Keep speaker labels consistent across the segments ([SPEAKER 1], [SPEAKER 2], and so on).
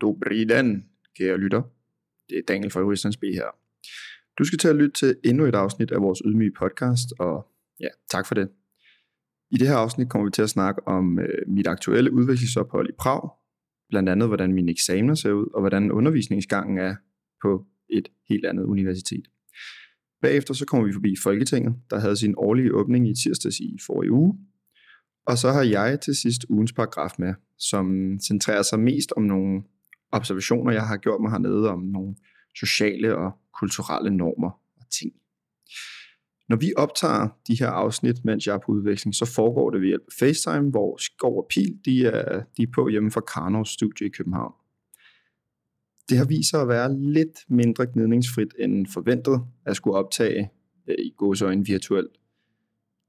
[SPEAKER 1] Dobri dan, kære lytter. Det er Daniel fra Juristens B her. Du skal til at lytte til endnu et afsnit af vores ydmyge podcast, og ja, tak for det. I det her afsnit kommer vi til at snakke om øh, mit aktuelle udviklingsophold i Prag, blandt andet hvordan mine eksamener ser ud, og hvordan undervisningsgangen er på et helt andet universitet. Bagefter så kommer vi forbi Folketinget, der havde sin årlige åbning i tirsdags i forrige uge. Og så har jeg til sidst ugens paragraf med, som centrerer sig mest om nogle observationer, jeg har gjort mig hernede om nogle sociale og kulturelle normer og ting. Når vi optager de her afsnit, mens jeg er på udveksling, så foregår det ved hjælp af FaceTime, hvor Skov og Pil de er, de er på hjemme fra Karnovs studie i København. Det har vist sig at være lidt mindre gnidningsfrit end forventet at skulle optage øh, i gåsøjne virtuelt.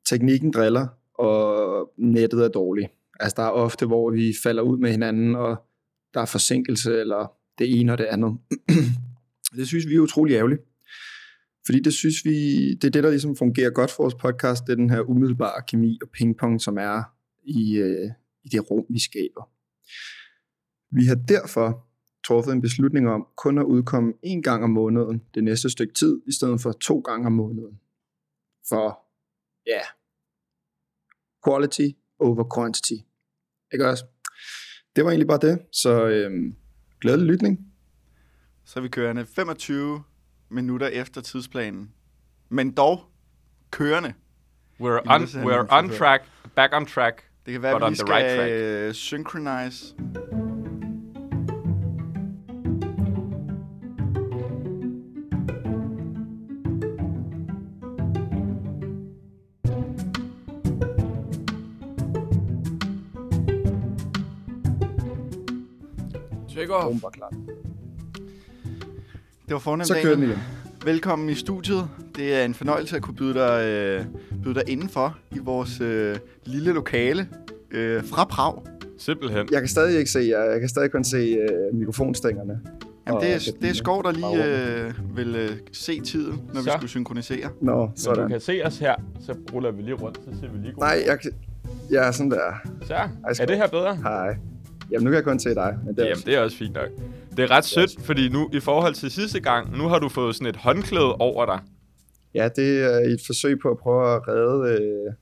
[SPEAKER 1] Teknikken driller, og nettet er dårligt. Altså der er ofte, hvor vi falder ud med hinanden, og der er forsinkelse, eller det ene og det andet. det synes vi er utrolig ærgerligt. Fordi det synes vi, det er det, der ligesom fungerer godt for vores podcast, det er den her umiddelbare kemi og pingpong, som er i, øh, i det rum, vi skaber. Vi har derfor truffet en beslutning om kun at udkomme en gang om måneden det næste stykke tid, i stedet for to gange om måneden. For, ja, yeah, quality over quantity. Ikke også? Det var egentlig bare det, så øhm, glædelig lytning.
[SPEAKER 2] Så er vi kørende 25 minutter efter tidsplanen. Men dog kørende.
[SPEAKER 3] We're
[SPEAKER 2] Jamen,
[SPEAKER 3] on,
[SPEAKER 2] det ser han
[SPEAKER 3] we're
[SPEAKER 2] nemlig
[SPEAKER 3] on
[SPEAKER 2] forkert.
[SPEAKER 3] track, back on track.
[SPEAKER 2] Det kan være,
[SPEAKER 3] But
[SPEAKER 2] at
[SPEAKER 3] on
[SPEAKER 2] vi
[SPEAKER 3] the
[SPEAKER 2] lige skal
[SPEAKER 3] right track.
[SPEAKER 2] øh, synchronize.
[SPEAKER 3] Tjekker.
[SPEAKER 1] Bomber klart.
[SPEAKER 2] Det var fornemt,
[SPEAKER 1] Så kører den
[SPEAKER 2] Daniel.
[SPEAKER 1] igen.
[SPEAKER 2] Velkommen i studiet. Det er en fornøjelse at kunne byde dig, øh, byde dig indenfor i vores øh, lille lokale øh, fra Prag.
[SPEAKER 3] Simpelthen.
[SPEAKER 1] Jeg kan stadig ikke se jer. Jeg kan stadig kun se øh, mikrofonstængerne.
[SPEAKER 2] Jamen,
[SPEAKER 1] Og
[SPEAKER 2] det,
[SPEAKER 1] den
[SPEAKER 2] er, det er
[SPEAKER 1] ene
[SPEAKER 2] Skov, der lige
[SPEAKER 1] bagrumme.
[SPEAKER 2] øh, vil øh, se tiden, når vi
[SPEAKER 3] Så.
[SPEAKER 2] skulle synkronisere.
[SPEAKER 1] Nå,
[SPEAKER 3] Så du
[SPEAKER 1] sådan.
[SPEAKER 3] kan se os her, så ruller vi lige rundt, så ser vi lige godt.
[SPEAKER 1] Nej, jeg kan... Ja, sådan der.
[SPEAKER 3] Så, er
[SPEAKER 1] skål.
[SPEAKER 3] det her bedre?
[SPEAKER 1] Hej. Jamen, nu kan jeg kun se dig. Men det er
[SPEAKER 3] Jamen, det er også fint nok. Det er ret sødt, fordi nu i forhold til sidste gang, nu har du fået sådan et håndklæde over dig.
[SPEAKER 1] Ja, det er et forsøg på at prøve at redde, øh,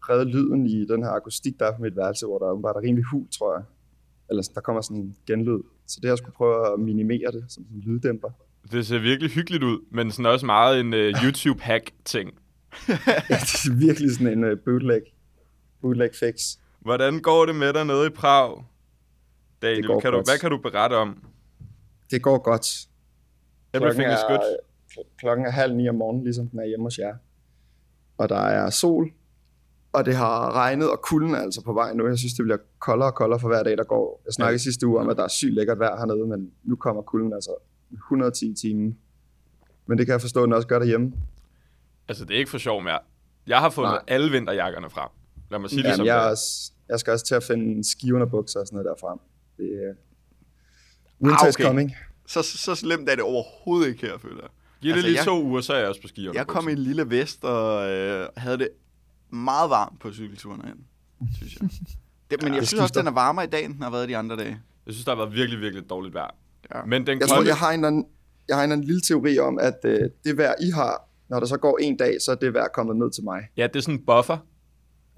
[SPEAKER 1] redde lyden i den her akustik, der er på mit værelse, hvor der åbenbart er rimelig hul, tror jeg. Eller sådan, der kommer sådan en genlyd. Så det har jeg skulle prøve at minimere det som sådan en lyddæmper.
[SPEAKER 3] Det ser virkelig hyggeligt ud, men sådan også meget en uh, YouTube-hack-ting.
[SPEAKER 1] ja, det er virkelig sådan en øh, bootleg, bootleg fix.
[SPEAKER 3] Hvordan går det med dig nede i Prag? Daniel,
[SPEAKER 1] Det går
[SPEAKER 3] kan du,
[SPEAKER 1] godt.
[SPEAKER 3] hvad kan du berette om?
[SPEAKER 1] Det går godt.
[SPEAKER 3] Everything is good.
[SPEAKER 1] good. Klokken er halv ni om morgenen, ligesom den er hjemme hos jer. Og der er sol, og det har regnet, og kulden er altså på vej nu. Jeg synes, det bliver koldere og koldere for hver dag, der går. Jeg snakkede ja. sidste uge om, at der er sygt lækkert vejr hernede, men nu kommer kulden altså 110 timer. Men det kan jeg forstå, at den også gør derhjemme.
[SPEAKER 3] Altså, det er ikke for sjov mere. Jeg har fundet
[SPEAKER 1] Nej.
[SPEAKER 3] alle vinterjakkerne frem. Lad mig sige det
[SPEAKER 1] Jamen,
[SPEAKER 3] som
[SPEAKER 1] jeg,
[SPEAKER 3] det
[SPEAKER 1] er
[SPEAKER 3] er.
[SPEAKER 1] også, jeg skal også til at finde skiven og bukser og sådan noget derfra. Det, er- winter ah, okay.
[SPEAKER 2] Ah, okay.
[SPEAKER 1] is coming.
[SPEAKER 2] Så, så slemt er det overhovedet ikke her, føler jeg.
[SPEAKER 3] Giv det
[SPEAKER 2] Altså,
[SPEAKER 3] lige
[SPEAKER 2] jeg-
[SPEAKER 3] to uger, så er jeg også på ski.
[SPEAKER 2] Jeg kom i en lille vest og øh, havde det meget varmt på cykelturen herind, synes jeg. Det, men
[SPEAKER 1] Ja,
[SPEAKER 2] jeg
[SPEAKER 1] det
[SPEAKER 2] synes også,
[SPEAKER 1] skifter.
[SPEAKER 2] den er varmere i dag, end den har været de andre dage.
[SPEAKER 3] Jeg synes, der har været virkelig, virkelig dårligt vejr.
[SPEAKER 2] Ja.
[SPEAKER 3] Men den
[SPEAKER 1] Jeg tror,
[SPEAKER 3] kolde-
[SPEAKER 1] jeg har en eller anden, jeg har en eller anden lille teori om, at øh, det vejr, I har, når der så går en dag, så er det vejr kommet ned til mig.
[SPEAKER 3] Ja, det er sådan en buffer.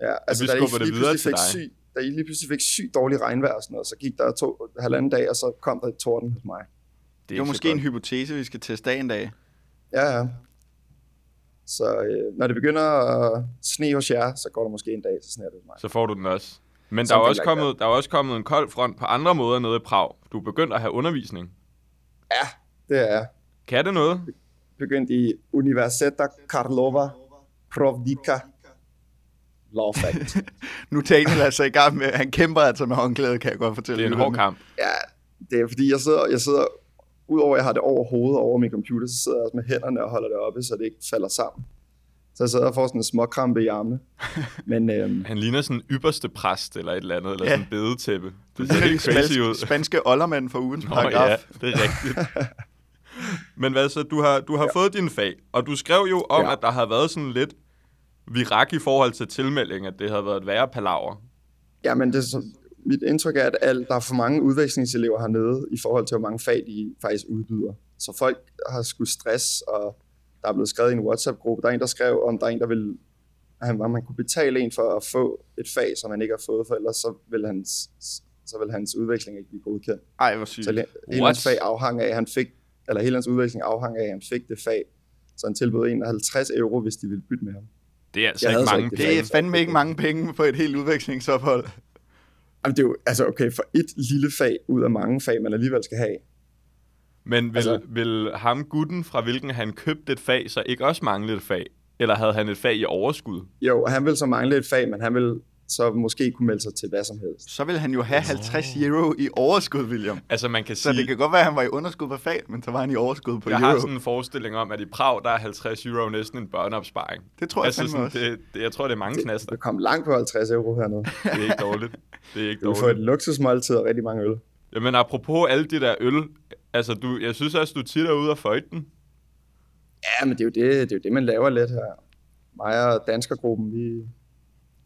[SPEAKER 1] Ja, altså,
[SPEAKER 3] vi
[SPEAKER 1] da I
[SPEAKER 3] skubber det
[SPEAKER 1] lige
[SPEAKER 3] videre
[SPEAKER 1] pludselig
[SPEAKER 3] til
[SPEAKER 1] fik
[SPEAKER 3] dig.
[SPEAKER 1] Syg, da I lige pludselig fik sygt dårlig regnvejr og sådan noget, så gik der to, halvanden dag, og så kom der et torden hos mig.
[SPEAKER 2] Det, det var måske en hypotese, vi skal teste af en dag.
[SPEAKER 1] Ja, ja. Så øh, når det begynder at sne hos jer, så går der måske en dag, så sneer det hos mig.
[SPEAKER 3] Så får du den også. Men der er,
[SPEAKER 1] Something
[SPEAKER 3] også
[SPEAKER 1] like
[SPEAKER 3] kommet, der er også kommet en kold front på andre måder nede i Prag. Du er begyndt at have undervisning.
[SPEAKER 1] Det er
[SPEAKER 3] Kan det noget?
[SPEAKER 1] begyndt i Universiteta Karlova Provdika Law Fact.
[SPEAKER 2] Nu er Daniel altså i gang med, han kæmper altså med håndklædet, kan jeg godt fortælle.
[SPEAKER 3] Det er en
[SPEAKER 2] lytterne.
[SPEAKER 3] hård kamp.
[SPEAKER 1] ja, det er fordi, jeg sidder, jeg sidder udover at jeg har det over hovedet og over min computer, så sidder jeg også med hænderne og holder det oppe, så det ikke falder sammen. Så jeg sidder og får sådan en småkrampe i armene. Men øhm,
[SPEAKER 3] Han ligner sådan en ypperste præst eller et eller andet, eller
[SPEAKER 2] Ja.
[SPEAKER 3] sådan en bedetæppe. Det
[SPEAKER 2] Det
[SPEAKER 3] ser
[SPEAKER 2] er
[SPEAKER 3] helt crazy
[SPEAKER 2] spanske,
[SPEAKER 3] ud.
[SPEAKER 2] spanske oldermand for ugens
[SPEAKER 3] Nå ja,
[SPEAKER 2] paragraf.
[SPEAKER 3] det er rigtigt. Men hvad så, du har, du har ja. fået din fag, og du skrev jo om, ja.
[SPEAKER 1] Ja.
[SPEAKER 3] at der havde været sådan lidt virak i forhold til tilmelding, at det havde været et værre palaver.
[SPEAKER 1] Ja, men det er så, mit indtryk er, at alt, der er for mange udvekslingselever hernede i forhold til, hvor mange fag de faktisk udbyder. Så folk har skulle stress, og der er blevet skrevet i en WhatsApp-gruppe. Der er en, der skrev, om der er en, der ville han, om man kunne betale en for at få et fag, som han ikke har fået, for ellers så vil hans, så vil hans udveksling ikke blive godkendt.
[SPEAKER 2] Ej, hvor sygt.
[SPEAKER 1] Så hele
[SPEAKER 3] What?
[SPEAKER 1] hans fag afhang af, at han fik, eller hele hans udveksling afhang af, at han fik det fag. Så han tilbød en af 50 euro, hvis de ville bytte med ham.
[SPEAKER 3] Det er altså
[SPEAKER 1] Jeg
[SPEAKER 3] ikke
[SPEAKER 1] havde så
[SPEAKER 3] mange
[SPEAKER 1] ikke
[SPEAKER 3] penge.
[SPEAKER 2] Det er fandme ikke mange penge på et helt udvekslingsophold.
[SPEAKER 1] Jamen det er jo, altså okay, for et lille fag ud af mange fag, man alligevel skal have.
[SPEAKER 3] Men vil, altså...
[SPEAKER 1] Altså-
[SPEAKER 3] vil ham gutten, fra hvilken han købte et fag, så ikke også mangle et fag? Eller havde han et fag i overskud?
[SPEAKER 1] Jo, og han vil så mangle et fag, men han vil så måske kunne melde sig til hvad som helst.
[SPEAKER 2] Så vil han jo have 50 euro i overskud, William.
[SPEAKER 3] Altså man kan sige,
[SPEAKER 2] Så det kan godt være, at han var i underskud på fag, men så var han i overskud på
[SPEAKER 3] jeg
[SPEAKER 2] euro.
[SPEAKER 3] har sådan en forestilling om, at i Prag, der er 50 euro næsten en børneopsparing.
[SPEAKER 2] Det tror jeg
[SPEAKER 3] altså,
[SPEAKER 2] fandme
[SPEAKER 3] sådan,
[SPEAKER 2] også.
[SPEAKER 3] Det, det, jeg tror, det er mange knaster.
[SPEAKER 1] Du kom langt på 50 euro hernede.
[SPEAKER 3] Det er ikke dårligt. Det er ikke
[SPEAKER 1] Du får et
[SPEAKER 3] dårligt.
[SPEAKER 1] luksusmåltid og rigtig mange øl.
[SPEAKER 3] Jamen apropos alle de der øl, altså du, jeg synes også, du tit er ude og føjte den.
[SPEAKER 1] Ja, men det er jo det, det, er jo det man laver lidt her. Mig og danskergruppen, vi...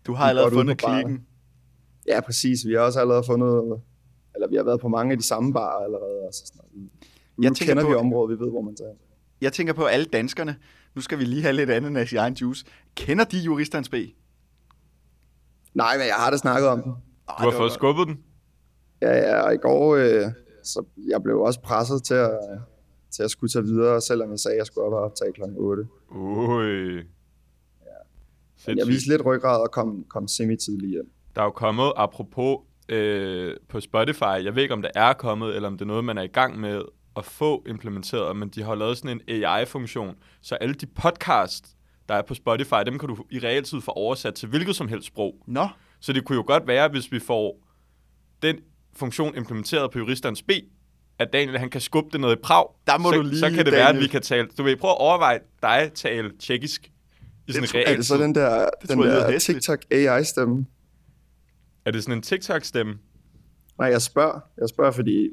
[SPEAKER 2] Du
[SPEAKER 1] Vi
[SPEAKER 2] har
[SPEAKER 1] er
[SPEAKER 2] allerede
[SPEAKER 1] godt ude
[SPEAKER 2] fundet
[SPEAKER 1] på barnet.
[SPEAKER 2] klikken.
[SPEAKER 1] Ja, præcis. Vi har også allerede fundet... Eller vi har været på mange af de samme barer allerede. Og så sådan noget. Nu
[SPEAKER 2] Jeg
[SPEAKER 1] jeg
[SPEAKER 2] tænker
[SPEAKER 1] kender
[SPEAKER 2] på-
[SPEAKER 1] vi området, vi ved, hvor man tager.
[SPEAKER 2] Jeg tænker på alle danskerne. Nu skal vi lige have lidt ananas i egen juice. Kender de juristerens B?
[SPEAKER 1] Nej, men jeg har da snakket om den.
[SPEAKER 3] Du har fået skubbet den.
[SPEAKER 1] Ja, ja, og i går, øh, så jeg blev også presset til at, til at skulle tage videre, selvom jeg sagde, at jeg skulle op og optage kl. 8.
[SPEAKER 3] Ui.
[SPEAKER 1] Men jeg viste lidt ryggrad og kom, kom semi-tidlig hjem.
[SPEAKER 3] Der er jo kommet, apropos øh, på Spotify, jeg ved ikke, om det er kommet, eller om det er noget, man er i gang med at få implementeret, men de har jo lavet sådan en AI-funktion, så alle de podcasts, der er på Spotify, dem kan du i realtid få oversat til hvilket som helst sprog.
[SPEAKER 2] Nå,
[SPEAKER 3] Så det kunne jo godt være, hvis vi får den funktion implementeret på juristerens B, at Daniel han kan skubbe det noget i Prag.
[SPEAKER 2] Der må
[SPEAKER 3] så,
[SPEAKER 2] du lige,
[SPEAKER 3] så kan det være, at
[SPEAKER 2] Daniel.
[SPEAKER 3] vi kan tale... Du ved, prøv at overveje dig tale tjekkisk i sådan
[SPEAKER 2] tror jeg
[SPEAKER 1] Er det
[SPEAKER 3] reelt.
[SPEAKER 1] så den der, den
[SPEAKER 2] tror jeg lyder
[SPEAKER 1] der
[SPEAKER 2] hæsligt.
[SPEAKER 1] TikTok AI-stemme?
[SPEAKER 3] Er det sådan en TikTok-stemme?
[SPEAKER 1] Nej, jeg spørger. Jeg spørger, fordi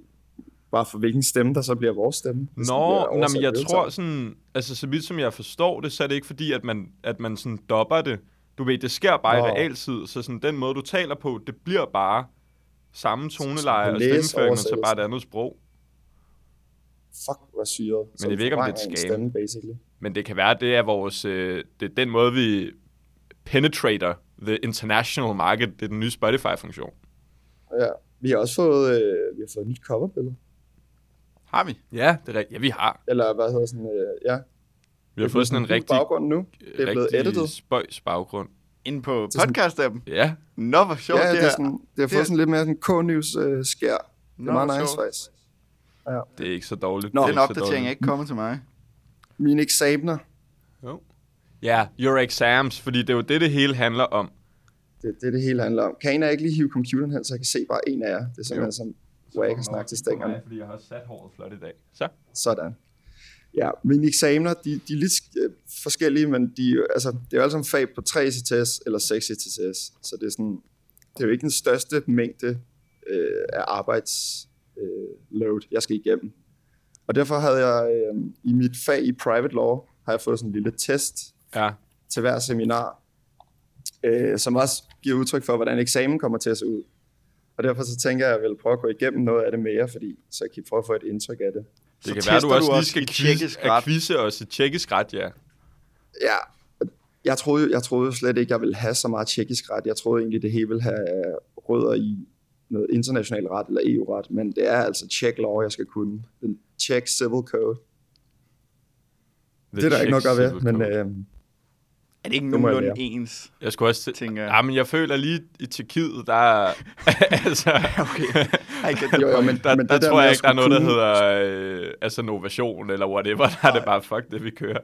[SPEAKER 1] bare for hvilken stemme, der så bliver vores stemme. hvis den bliver
[SPEAKER 3] Nå, nej,
[SPEAKER 1] oversat
[SPEAKER 3] men jeg
[SPEAKER 1] til
[SPEAKER 3] tror
[SPEAKER 1] det.
[SPEAKER 3] sådan, altså så vidt som jeg forstår det, så er det ikke fordi, at man, at man sådan dopper det. Du ved, det sker bare i
[SPEAKER 1] Nå.
[SPEAKER 3] realtid, så sådan den måde, du taler på, det bliver bare samme toneleje
[SPEAKER 1] kan
[SPEAKER 3] og
[SPEAKER 1] læse
[SPEAKER 3] stemmeføring, men så bare
[SPEAKER 1] oversættelsen.
[SPEAKER 3] et andet sprog.
[SPEAKER 1] Fuck, hvor syret. Så
[SPEAKER 3] jeg
[SPEAKER 1] du
[SPEAKER 3] ved ikke, om det er
[SPEAKER 1] forvrænger
[SPEAKER 3] et
[SPEAKER 1] ens
[SPEAKER 3] scam.
[SPEAKER 1] Stemme, basically.
[SPEAKER 3] Men det kan være, at det er vores, øh, det er den måde, vi penetrator the international market. Det er den nye Spotify-funktion.
[SPEAKER 1] Ja. Vi har også fået, øh, vi har fået et nyt coverbillede.
[SPEAKER 2] har vi.
[SPEAKER 3] Ja, det er rigtigt. Ja, vi har.
[SPEAKER 1] Eller hvad hedder sådan, øh, ja.
[SPEAKER 3] Vi har fået sådan en rigtig,
[SPEAKER 1] baggrund nu. Det er blevet
[SPEAKER 3] rigtig
[SPEAKER 1] editet.
[SPEAKER 3] spøjs baggrund.
[SPEAKER 2] Inde på
[SPEAKER 1] er sådan-
[SPEAKER 2] podcast-appen.
[SPEAKER 3] Ja,
[SPEAKER 2] Nå, hvor sjovt
[SPEAKER 1] ja, det, er
[SPEAKER 2] her.
[SPEAKER 1] sådan, det har
[SPEAKER 2] det er-
[SPEAKER 1] fået sådan lidt mere sådan K-news øh, skær. Det
[SPEAKER 2] Nå,
[SPEAKER 1] er meget nice,
[SPEAKER 2] sjovt.
[SPEAKER 1] faktisk.
[SPEAKER 3] det er ikke så dårligt.
[SPEAKER 1] Nå,
[SPEAKER 3] Det
[SPEAKER 2] Den
[SPEAKER 3] er ikke så
[SPEAKER 2] opdatering
[SPEAKER 3] dårligt.
[SPEAKER 2] er ikke kommet til mig.
[SPEAKER 1] Mine eksamener,
[SPEAKER 3] Ja, your exams, fordi det er jo det, det hele handler om.
[SPEAKER 1] det er det, det hele handler om. Kan en af jer ikke lige hive computeren hen, så jeg kan se bare en af jer? Det er
[SPEAKER 3] Jo.
[SPEAKER 1] simpelthen sådan, hvor jeg kan snakke til stængerne.
[SPEAKER 3] fordi jeg har sat håret flot i dag. Så?
[SPEAKER 1] Sådan. Ja, mine eksamener, de, de er lidt øh, forskellige, men de, er jo- altså, det er jo alle sammen fag på 3 ECTS eller 6 ECTS, så det er, sådan, det er jo ikke den største mængde øh, af arbejdsload, øh, load, jeg skal igennem. Og derfor havde jeg øh, i mit fag i private law, har jeg fået sådan en lille test
[SPEAKER 3] Ja.
[SPEAKER 1] til hver seminar, øh, som også giver udtryk for, hvordan eksamen kommer til at se ud. Og derfor så tænker jeg, at jeg vil prøve at gå igennem noget af det mere, fordi så jeg kan I prøve at få et indtryk af det.
[SPEAKER 3] Det kan være, du også lige
[SPEAKER 2] i
[SPEAKER 3] skal quiz,
[SPEAKER 2] tjekkisk
[SPEAKER 3] at
[SPEAKER 2] ret.
[SPEAKER 3] quizze os i tjekkisk ret, ja.
[SPEAKER 1] Ja, jeg troede, jo- jeg troede jo slet ikke, jeg ville have så meget tjekkisk ret. Jeg troede egentlig, det hele ville have øh, rødder i noget international ret eller EU-ret, men det er altså tjek lov, jeg skal kunne. Den tjek civil code. Det er der ikke nok at ved, men øh,
[SPEAKER 2] Er det ikke
[SPEAKER 1] Det må jeg
[SPEAKER 2] nogenlunde ens?
[SPEAKER 3] Jeg skulle også tænke...
[SPEAKER 2] tænker jeg.
[SPEAKER 3] Ja, men jeg føler lige i Tjekkiet, der er... altså...
[SPEAKER 2] Okay. I get
[SPEAKER 1] jo, jo, men,
[SPEAKER 3] Der,
[SPEAKER 1] men
[SPEAKER 3] der,
[SPEAKER 1] det der
[SPEAKER 3] tror
[SPEAKER 1] med
[SPEAKER 3] jeg
[SPEAKER 1] at
[SPEAKER 3] ikke, der er
[SPEAKER 1] skulle
[SPEAKER 3] noget, der
[SPEAKER 1] kunne-
[SPEAKER 3] hedder øh, altså novation eller whatever. Der er det bare, fuck det, vi kører.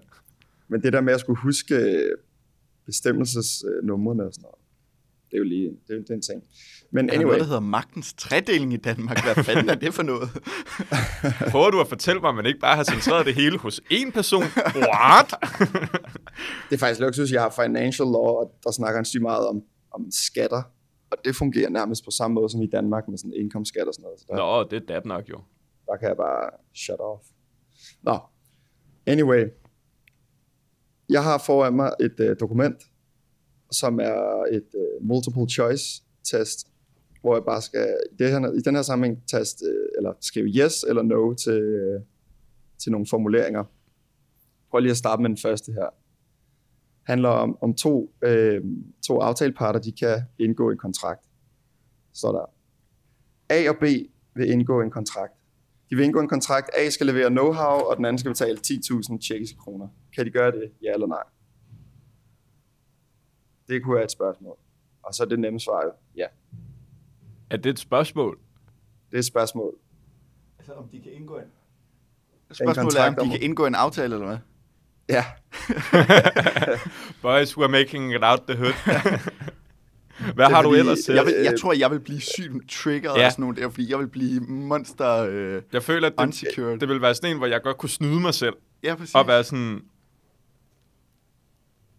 [SPEAKER 1] Men det der med at skulle huske øh, bestemmelsesnumrene og sådan noget, det er jo lige det er, det er en ting. Men
[SPEAKER 2] Er der noget,
[SPEAKER 1] anyway,
[SPEAKER 2] der hedder magtens tredeling i Danmark? Hvad fanden er det for noget?
[SPEAKER 3] Prøver du at fortælle mig, at man ikke bare har centreret det hele hos én person? What?
[SPEAKER 1] det er faktisk luksus, jeg har financial law, og der snakker han sygt meget om, om skatter. Og det fungerer nærmest på samme måde som i Danmark med sådan indkomstskat og sådan noget. Så der,
[SPEAKER 3] Nå, det er dab nok jo.
[SPEAKER 1] der kan jeg bare shut off. Nå, anyway. Jeg har foran mig et øh, dokument, som er et øh, multiple choice test, hvor jeg bare skal i, det her, i den her sammenhæng taste, øh, eller skrive yes eller no til, øh, til nogle formuleringer. Prøv lige at starte med den første her. handler om, om to, øh, to aftaleparter, de kan indgå en kontrakt. Så der. A og B vil indgå en kontrakt. De vil indgå en kontrakt. A skal levere know-how, og den anden skal betale 10.000 tjekkiske kroner. Kan de gøre det? Ja eller nej? Det kunne være et spørgsmål. Og så er det nemme svar jo. Ja.
[SPEAKER 3] Er det et spørgsmål?
[SPEAKER 1] Det er et spørgsmål.
[SPEAKER 2] Altså, om de kan indgå en... Spørgsmålet er,
[SPEAKER 1] kontrakt
[SPEAKER 2] om
[SPEAKER 1] om-
[SPEAKER 2] de kan indgå en aftale, eller hvad?
[SPEAKER 1] Ja.
[SPEAKER 3] Boys, we're making it out the hood. Hvad har du
[SPEAKER 1] fordi,
[SPEAKER 3] ellers til?
[SPEAKER 1] Øh,
[SPEAKER 2] Jeg, vil, jeg
[SPEAKER 1] øh,
[SPEAKER 2] tror, jeg vil blive sygt triggeret
[SPEAKER 3] Ja.
[SPEAKER 2] ja. af sådan nogle der, fordi jeg vil blive monster... Øh,
[SPEAKER 3] Jeg føler, at det,
[SPEAKER 2] Unsecured.
[SPEAKER 3] det ville være sådan en, hvor jeg godt kunne snyde mig selv.
[SPEAKER 2] ja, præcis.
[SPEAKER 3] Og være sådan...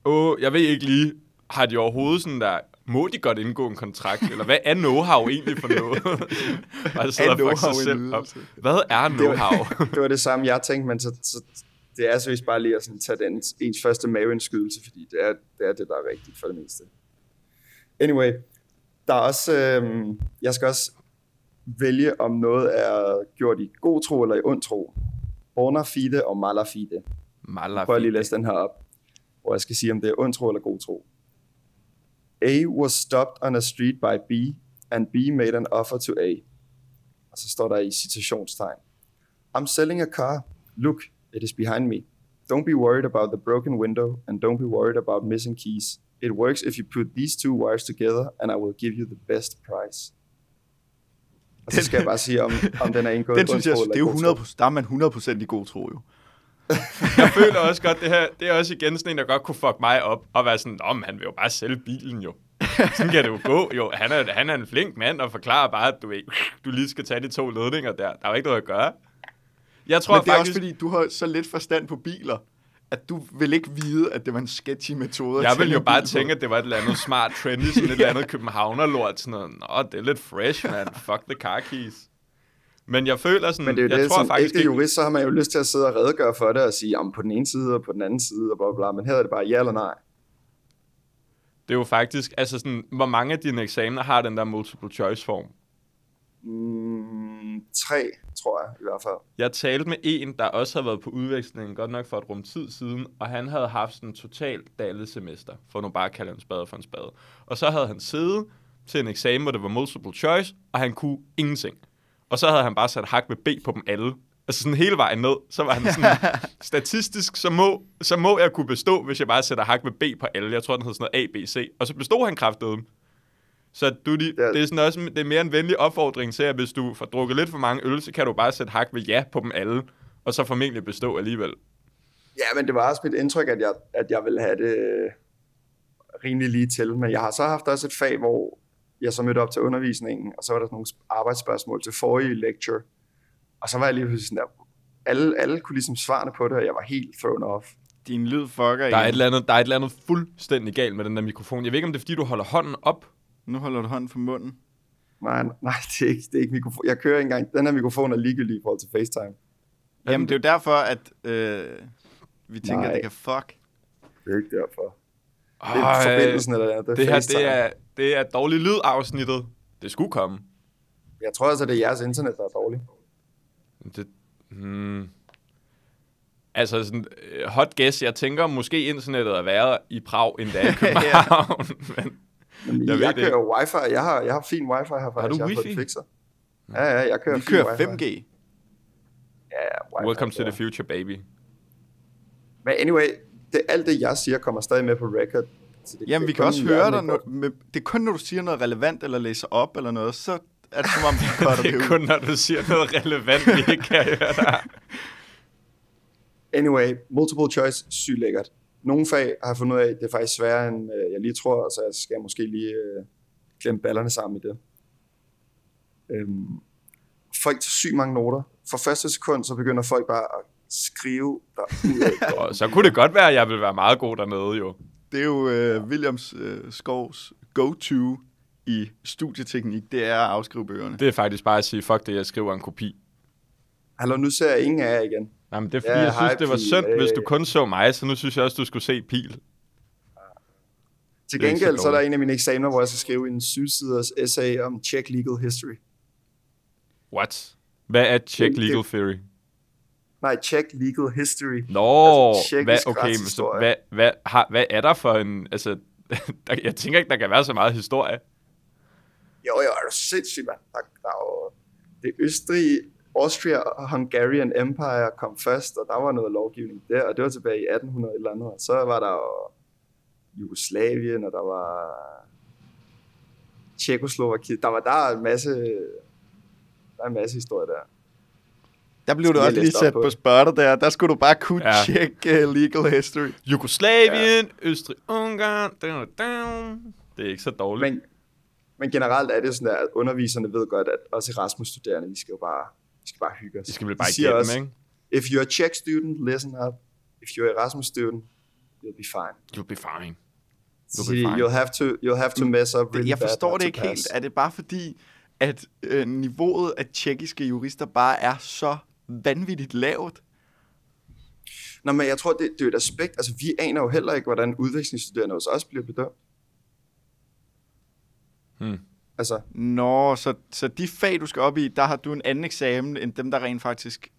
[SPEAKER 3] Åh, jeg ved ikke lige, har de overhovedet sådan der... Må de godt indgå en kontrakt? Eller hvad er know-how egentlig for noget? Bare sidder og fucker sig
[SPEAKER 2] know-how en
[SPEAKER 3] selv op.
[SPEAKER 2] ydelse?
[SPEAKER 3] Hvad er know-how?
[SPEAKER 1] det var det samme, jeg tænkte, men så, så det er seriøst bare lige at sådan, tage den, ens første maveindskydelse, fordi det er, det er det, der er rigtigt for det meste. Anyway, der er også, øh, jeg skal også vælge, om noget er gjort i god tro eller i ond tro. Bona fide og mala fide.
[SPEAKER 3] Malafide.
[SPEAKER 1] Prøv lige at læse den her op, hvor jeg skal sige, om det er ond tro eller god tro. A was stopped on a street by B, and B made an offer to A. Og så står der i citationstegn. I'm selling a car. Look, it is behind me. Don't be worried about the broken window, and don't be worried about missing keys. It works if you put these two wires together, and I will give you the best price. Og så skal jeg bare sige, om, om den er indgået
[SPEAKER 2] Den
[SPEAKER 1] i ond
[SPEAKER 2] synes jeg,
[SPEAKER 1] tro
[SPEAKER 2] det
[SPEAKER 1] eller
[SPEAKER 2] er jo
[SPEAKER 1] god tro.
[SPEAKER 2] 100 der er man 100% i god tro, jo.
[SPEAKER 3] Jeg føler også godt, det her, det er også igen sådan en, der godt kunne fuck mig op, og være sådan, om han vil jo bare sælge bilen jo. Sådan kan det jo gå, jo. Han er, han er en flink mand, og forklarer bare, at du, ved, du lige skal tage de to ledninger der. Der er jo ikke noget at gøre. Jeg tror
[SPEAKER 2] Men det er
[SPEAKER 3] faktisk,
[SPEAKER 2] også fordi, du har så lidt forstand på biler, at du vil ikke vide, at det var en sketchy metode. at
[SPEAKER 3] jeg ville
[SPEAKER 2] sælge
[SPEAKER 3] jo
[SPEAKER 2] en
[SPEAKER 3] bare
[SPEAKER 2] bil på.
[SPEAKER 3] tænke, at det var et eller andet smart, trendy, sådan et eller andet københavnerlort, sådan noget. Nå, det er lidt fresh, man. Fuck the car keys. Men jeg føler sådan,
[SPEAKER 1] Men det er jo
[SPEAKER 3] jeg
[SPEAKER 1] det,
[SPEAKER 3] tror
[SPEAKER 1] som
[SPEAKER 3] faktisk
[SPEAKER 1] ægte jurist, så har man jo lyst til at sidde og redegøre for det og sige, om på den ene side og på den anden side og bla bla, bla, men her er det bare ja eller nej.
[SPEAKER 3] det er jo faktisk, altså sådan, hvor mange af dine eksamener har den der multiple choice form?
[SPEAKER 1] Mm, tre, tror jeg i hvert fald.
[SPEAKER 3] Jeg talte med en, der også havde været på udvekslingen, godt nok for et rum tid siden, og han havde haft sådan en totalt dalle semester, for nu bare at kalde en spade for en spade. Og så havde han siddet til en eksamen, hvor det var multiple choice, og han kunne ingenting. Og så havde han bare sat hak med B på dem alle. Altså sådan hele vejen ned, så var han sådan, statistisk, så må, så må jeg kunne bestå, hvis jeg bare sætter hak med B på alle. Jeg tror, den hed sådan noget A, B, C. Og så bestod han kraftedeme. Så du, det,
[SPEAKER 1] Ja.
[SPEAKER 3] det, er sådan også, det er mere en venlig opfordring til, at hvis du får drukket lidt for mange øl, så kan du bare sætte hak med ja på dem alle, og så formentlig bestå alligevel.
[SPEAKER 1] Ja, men det var også mit indtryk, at jeg, at jeg ville have det øh, rimelig lige til. Men jeg har så haft også et fag, hvor jeg så mødte op til undervisningen, og så var der sådan nogle sp- arbejdsspørgsmål til forrige lecture. Og så var jeg lige pludselig sådan der, alle, alle kunne ligesom svarene på det, og jeg var helt thrown off.
[SPEAKER 2] Din lyd fucker
[SPEAKER 3] Der er, et
[SPEAKER 2] igen.
[SPEAKER 3] eller andet, der er et eller andet fuldstændig galt med den der mikrofon. Jeg ved ikke, om det er, fordi du holder hånden op.
[SPEAKER 2] Nu holder du hånden for munden.
[SPEAKER 1] Nej, nej, det er ikke, det er ikke mikrofon. Jeg kører ikke engang. Den her mikrofon er ligegyldig i forhold til FaceTime.
[SPEAKER 2] Jamen, det er jo derfor, at øh, vi tænker,
[SPEAKER 1] Nej.
[SPEAKER 2] at det kan fuck.
[SPEAKER 1] Det er ikke derfor.
[SPEAKER 3] Ej,
[SPEAKER 1] Det er forbindelsen eller det, andet,
[SPEAKER 3] det her,
[SPEAKER 1] FaceTime.
[SPEAKER 3] det er, det er dårlig lyd afsnittet. Det skulle komme.
[SPEAKER 1] Jeg tror altså, det er jeres internet, der er dårligt.
[SPEAKER 3] Det, hmm. Altså, sådan, øh, hot guess, jeg tænker måske internettet er værre i Prag, end det er i København. Men,
[SPEAKER 1] Jamen,
[SPEAKER 3] Jeg
[SPEAKER 1] jeg,
[SPEAKER 3] ved
[SPEAKER 1] jeg
[SPEAKER 3] det ikke.
[SPEAKER 1] kører jo wifi. Jeg har, jeg har fin wifi her faktisk.
[SPEAKER 3] du
[SPEAKER 1] jeg fået
[SPEAKER 3] wifi?
[SPEAKER 1] det fikset. Ja, ja, jeg kører,
[SPEAKER 2] Vi
[SPEAKER 1] fin
[SPEAKER 2] kører
[SPEAKER 1] wifi.
[SPEAKER 2] 5G.
[SPEAKER 1] Ja, wifi,
[SPEAKER 3] welcome to
[SPEAKER 1] ja.
[SPEAKER 3] the future, baby.
[SPEAKER 1] Men anyway, det, alt det, jeg siger, kommer stadig med på record. Så det,
[SPEAKER 2] Jamen,
[SPEAKER 1] det
[SPEAKER 2] vi
[SPEAKER 1] er
[SPEAKER 2] kan
[SPEAKER 1] kun
[SPEAKER 2] også
[SPEAKER 1] jer,
[SPEAKER 2] høre
[SPEAKER 1] der
[SPEAKER 2] dig.
[SPEAKER 1] går-
[SPEAKER 2] Når, med, det er kun, når du siger noget relevant, eller læser op, eller noget, så er det som om, vi cutter
[SPEAKER 3] det
[SPEAKER 2] det
[SPEAKER 3] er
[SPEAKER 2] ud.
[SPEAKER 3] kun, når du siger noget relevant, vi ikke kan høre dig.
[SPEAKER 1] Anyway, multiple choice, sygt lækkert. Nogle fag har jeg fundet ud af, at det er faktisk sværere, end øh, jeg lige tror, så jeg skal måske lige øh, klemme ballerne sammen i det. Øhm, folk tager sygt mange noter. For første sekund, så begynder folk bare at skrive derudad.
[SPEAKER 3] Og så kunne det godt være, at jeg ville være meget god dernede, jo.
[SPEAKER 2] Det er jo øh, Williams øh, Skovs go-to i studieteknik, det er at afskrive bøgerne.
[SPEAKER 3] Det er faktisk bare at sige, fuck det, jeg skriver en kopi.
[SPEAKER 1] Hallo, nu ser jeg ingen af jer igen.
[SPEAKER 3] Nej, men det er fordi,
[SPEAKER 1] Ja,
[SPEAKER 3] jeg synes,
[SPEAKER 1] hej,
[SPEAKER 3] det var
[SPEAKER 1] Pil.
[SPEAKER 3] synd, hvis
[SPEAKER 1] Øh.
[SPEAKER 3] du kun så mig, så nu synes jeg også, du skulle se Pil.
[SPEAKER 1] Til
[SPEAKER 3] Det er ikke så
[SPEAKER 1] gengæld, så, er der
[SPEAKER 3] dårligt.
[SPEAKER 1] en af mine eksamener, hvor jeg skal skrive en syvsiders essay om Czech legal history.
[SPEAKER 3] What? Hvad er Czech Legal Theory?
[SPEAKER 1] Nej, Czech legal history.
[SPEAKER 3] Nå,
[SPEAKER 1] Altså,
[SPEAKER 3] altså,
[SPEAKER 1] tjekkisk
[SPEAKER 3] hvad, okay, men så,
[SPEAKER 1] retshistorie.
[SPEAKER 3] hvad, hvad, har, hvad er der for en... Altså, der, jeg tænker ikke, der kan være så meget historie.
[SPEAKER 1] Jo, jo, er du sindssygt, mand. Der, der er jo, det Østrig, Austria og Hungarian Empire kom først, og der var noget lovgivning der, og det var tilbage i 1800 et eller andet. Og så var der jo Jugoslavien, og der var Tjekoslovakiet. Der var der er en masse, der er en masse historie der.
[SPEAKER 2] Der blev du
[SPEAKER 1] jeg
[SPEAKER 2] også
[SPEAKER 1] læse
[SPEAKER 2] lige
[SPEAKER 1] op
[SPEAKER 2] sat
[SPEAKER 1] på
[SPEAKER 2] på
[SPEAKER 1] det?
[SPEAKER 2] spottet der. Der skulle du bare kunne
[SPEAKER 3] Ja.
[SPEAKER 2] ja. tjekke uh, legal history.
[SPEAKER 3] Jugoslavien, ja. Østrig-Ungarn... da, da, da. Det er ikke så dårligt.
[SPEAKER 1] Men, men generelt er det sådan, der, at underviserne ved godt, at også Erasmus-studerende, vi skal jo bare, vi skal bare hygge os.
[SPEAKER 3] De skal vel
[SPEAKER 1] De
[SPEAKER 3] bare
[SPEAKER 1] siger
[SPEAKER 3] igennem,
[SPEAKER 1] også,
[SPEAKER 3] ikke?
[SPEAKER 1] If you're a Czech student, listen up. If you're an Erasmus student, you'll be fine.
[SPEAKER 3] You'll be fine.
[SPEAKER 1] Så
[SPEAKER 3] You'll be
[SPEAKER 1] siger de,
[SPEAKER 3] fine.
[SPEAKER 1] You'll have to, you'll have to mess up really
[SPEAKER 2] jeg
[SPEAKER 1] bad
[SPEAKER 2] forstår
[SPEAKER 1] not
[SPEAKER 2] det
[SPEAKER 1] to
[SPEAKER 2] ikke
[SPEAKER 1] pass."
[SPEAKER 2] helt. Er det bare fordi, at øh, niveauet af tjekkiske jurister bare er så vanvittigt lavt?
[SPEAKER 1] Nå, men jeg tror, det, det er et aspekt. Altså, vi aner jo heller ikke, hvordan udvekslingsstuderende hos os bliver bedømt.
[SPEAKER 3] Hmm.
[SPEAKER 1] Altså,
[SPEAKER 2] Nå, så, så de fag, du skal op i, der har du en anden eksamen, end dem, der rent faktisk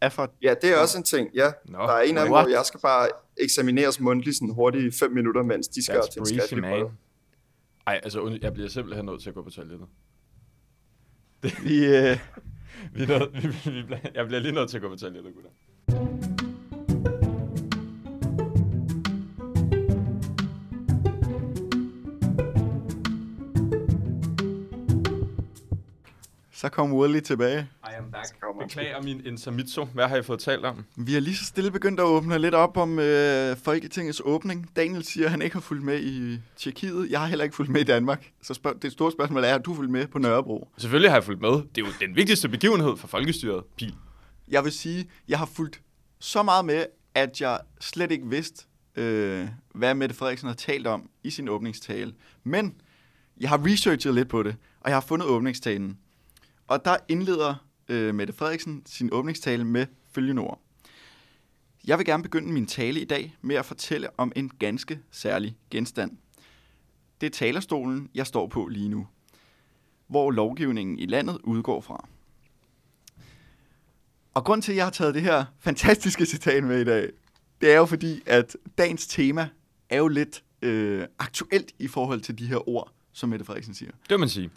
[SPEAKER 2] er for...
[SPEAKER 1] ja, det er også en ting, ja.
[SPEAKER 3] Nå,
[SPEAKER 1] der er en af dem,
[SPEAKER 2] what?
[SPEAKER 1] hvor jeg skal bare eksamineres mundtligt sådan hurtigt i fem minutter, mens de skal op til en
[SPEAKER 3] That's breezy,
[SPEAKER 1] skriftlig prøve.
[SPEAKER 3] man. Ej, altså, und- jeg bliver simpelthen nødt til at gå på toilettet.
[SPEAKER 2] Vi, øh,
[SPEAKER 3] Vi er nødt, vi, vi, vi, bliver- jeg bliver lige nødt til at gå på toilettet, gutter.
[SPEAKER 2] så kom Woodley tilbage.
[SPEAKER 3] I am back.
[SPEAKER 1] kommer-
[SPEAKER 3] Beklager min intermitso. Hvad har I fået talt om?
[SPEAKER 2] Vi har lige så stille begyndt at åbne lidt op om øh, Folketingets åbning. Daniel siger, at han ikke har fulgt med i Tjekkiet. Jeg har heller ikke fulgt med i Danmark. Så spørg- det store spørgsmål er, har du fulgt med på Nørrebro?
[SPEAKER 3] Selvfølgelig har jeg fulgt med. Det er jo den vigtigste begivenhed for folkestyret, Pil.
[SPEAKER 2] Jeg vil sige, jeg har fulgt så meget med, at jeg slet ikke vidste, øh, hvad Mette Frederiksen har talt om i sin åbningstale. Men jeg har researchet lidt på det, og jeg har fundet åbningstalen. Og der indleder øh, Mette Frederiksen sin åbningstale med følgende ord. Jeg vil gerne begynde min tale i dag med at fortælle om en ganske særlig genstand. Det er talerstolen, jeg står på lige nu, hvor lovgivningen i landet udgår fra. Og grund til, at jeg har taget det her fantastiske citat med i dag, det er jo fordi, at dagens tema er jo lidt øh, aktuelt i forhold til de her ord, som Mette Frederiksen siger.
[SPEAKER 3] Det vil man sige.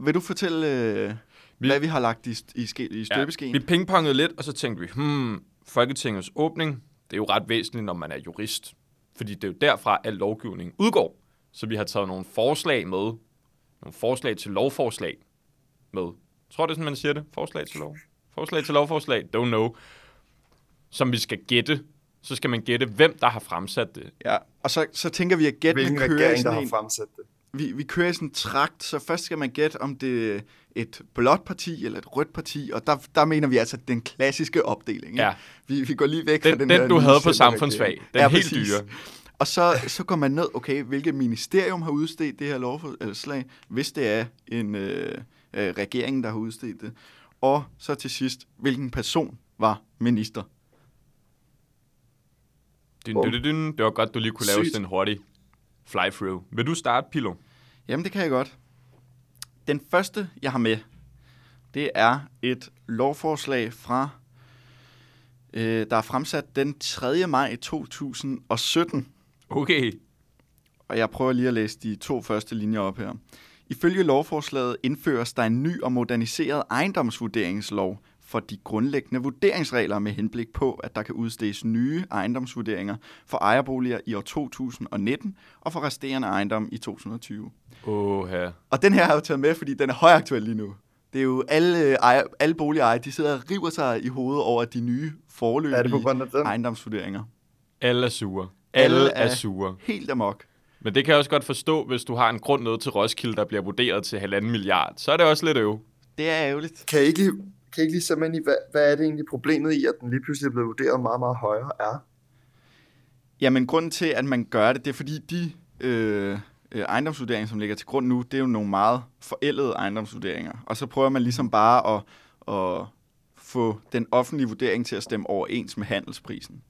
[SPEAKER 2] Vil du fortælle, øh,
[SPEAKER 3] Vi-
[SPEAKER 2] vi, hvad vi har lagt i, i, ske, i støbeskeen?
[SPEAKER 3] vi pingpongede lidt, og så tænkte vi, hmm, Folketingets åbning, det er jo ret væsentligt, når man er jurist. Fordi det er jo derfra, at lovgivningen udgår. Så vi har taget nogle forslag med. Nogle forslag til lovforslag med. Jeg tror, det er sådan, man siger det. Forslag til lov. Forslag til lovforslag. Don't know. Som vi skal gætte. Så skal man gætte, hvem der har fremsat det.
[SPEAKER 2] Ja. Og så, så tænker vi, at gættene
[SPEAKER 1] Hvilken
[SPEAKER 2] kører i
[SPEAKER 1] regering, der
[SPEAKER 2] sådan
[SPEAKER 1] har
[SPEAKER 2] en,
[SPEAKER 1] fremsat det.
[SPEAKER 2] vi, vi kører i sådan en trakt, så først skal man gætte, om det er et blåt parti eller et rødt parti, og der, der mener vi altså den klassiske opdeling. Ikke?
[SPEAKER 3] Ja.
[SPEAKER 2] Vi, vi går lige væk
[SPEAKER 3] Den-
[SPEAKER 2] fra den
[SPEAKER 3] den,
[SPEAKER 2] der
[SPEAKER 3] du havde på
[SPEAKER 2] lige
[SPEAKER 3] samfundsfag.
[SPEAKER 2] regering.
[SPEAKER 3] Den helt
[SPEAKER 2] præcis.
[SPEAKER 3] dyre.
[SPEAKER 2] Og så, så går man ned, okay, hvilket ministerium har udstedt det her lovforslag, hvis det er en øh, øh, regering, der har udstedt det. Og så til sidst, hvilken person var minister.
[SPEAKER 3] Dyn,
[SPEAKER 1] Bum.
[SPEAKER 3] dyn, dyn, dyn. Det var godt, du lige kunne lave
[SPEAKER 1] Sygt.
[SPEAKER 3] sådan en hurtig fly-through. Vil du starte, Pilo?
[SPEAKER 2] Jamen, det kan jeg godt. Den første, jeg har med, det er et lovforslag fra, øh, der er fremsat den 3. maj 2017.
[SPEAKER 3] Okay.
[SPEAKER 2] Og jeg prøver lige at læse de to første linjer op her. Ifølge lovforslaget indføres der en ny og moderniseret ejendomsvurderingslov for de grundlæggende vurderingsregler med henblik på, at der kan udstedes nye ejendomsvurderinger for ejerboliger i år 2019 og for resterende ejendomme i 2020.
[SPEAKER 3] Åh, her.
[SPEAKER 2] Og den her har jeg jo taget med, fordi den er højaktuel lige nu. Det er jo alle, øh, ejer, alle boligejere, de sidder og river sig i hovedet over de nye forløbige
[SPEAKER 1] Er det på grund af den?
[SPEAKER 2] ejendomsvurderinger.
[SPEAKER 3] Alle er sure. Alle
[SPEAKER 2] Alle
[SPEAKER 3] er
[SPEAKER 2] er-
[SPEAKER 3] sure.
[SPEAKER 2] Helt amok.
[SPEAKER 3] Men det kan jeg også godt forstå, hvis du har en grund nede til Roskilde, der bliver vurderet til halvanden milliard. Så er det også lidt øv.
[SPEAKER 2] Det er ærgerligt.
[SPEAKER 1] Kan I ikke, lige- kan I ikke lige sætte mig ind i, hvad, hvad er det egentlig problemet i, at den lige pludselig er blevet vurderet meget, meget højere, er?
[SPEAKER 2] Jamen, grunden til, at man gør det, det er fordi de øh, øh, ejendomsvurderinger, som ligger til grund nu, det er jo nogle meget forældede ejendomsvurderinger. Og så prøver man ligesom bare at, at få den offentlige vurdering til at stemme overens med handelsprisen.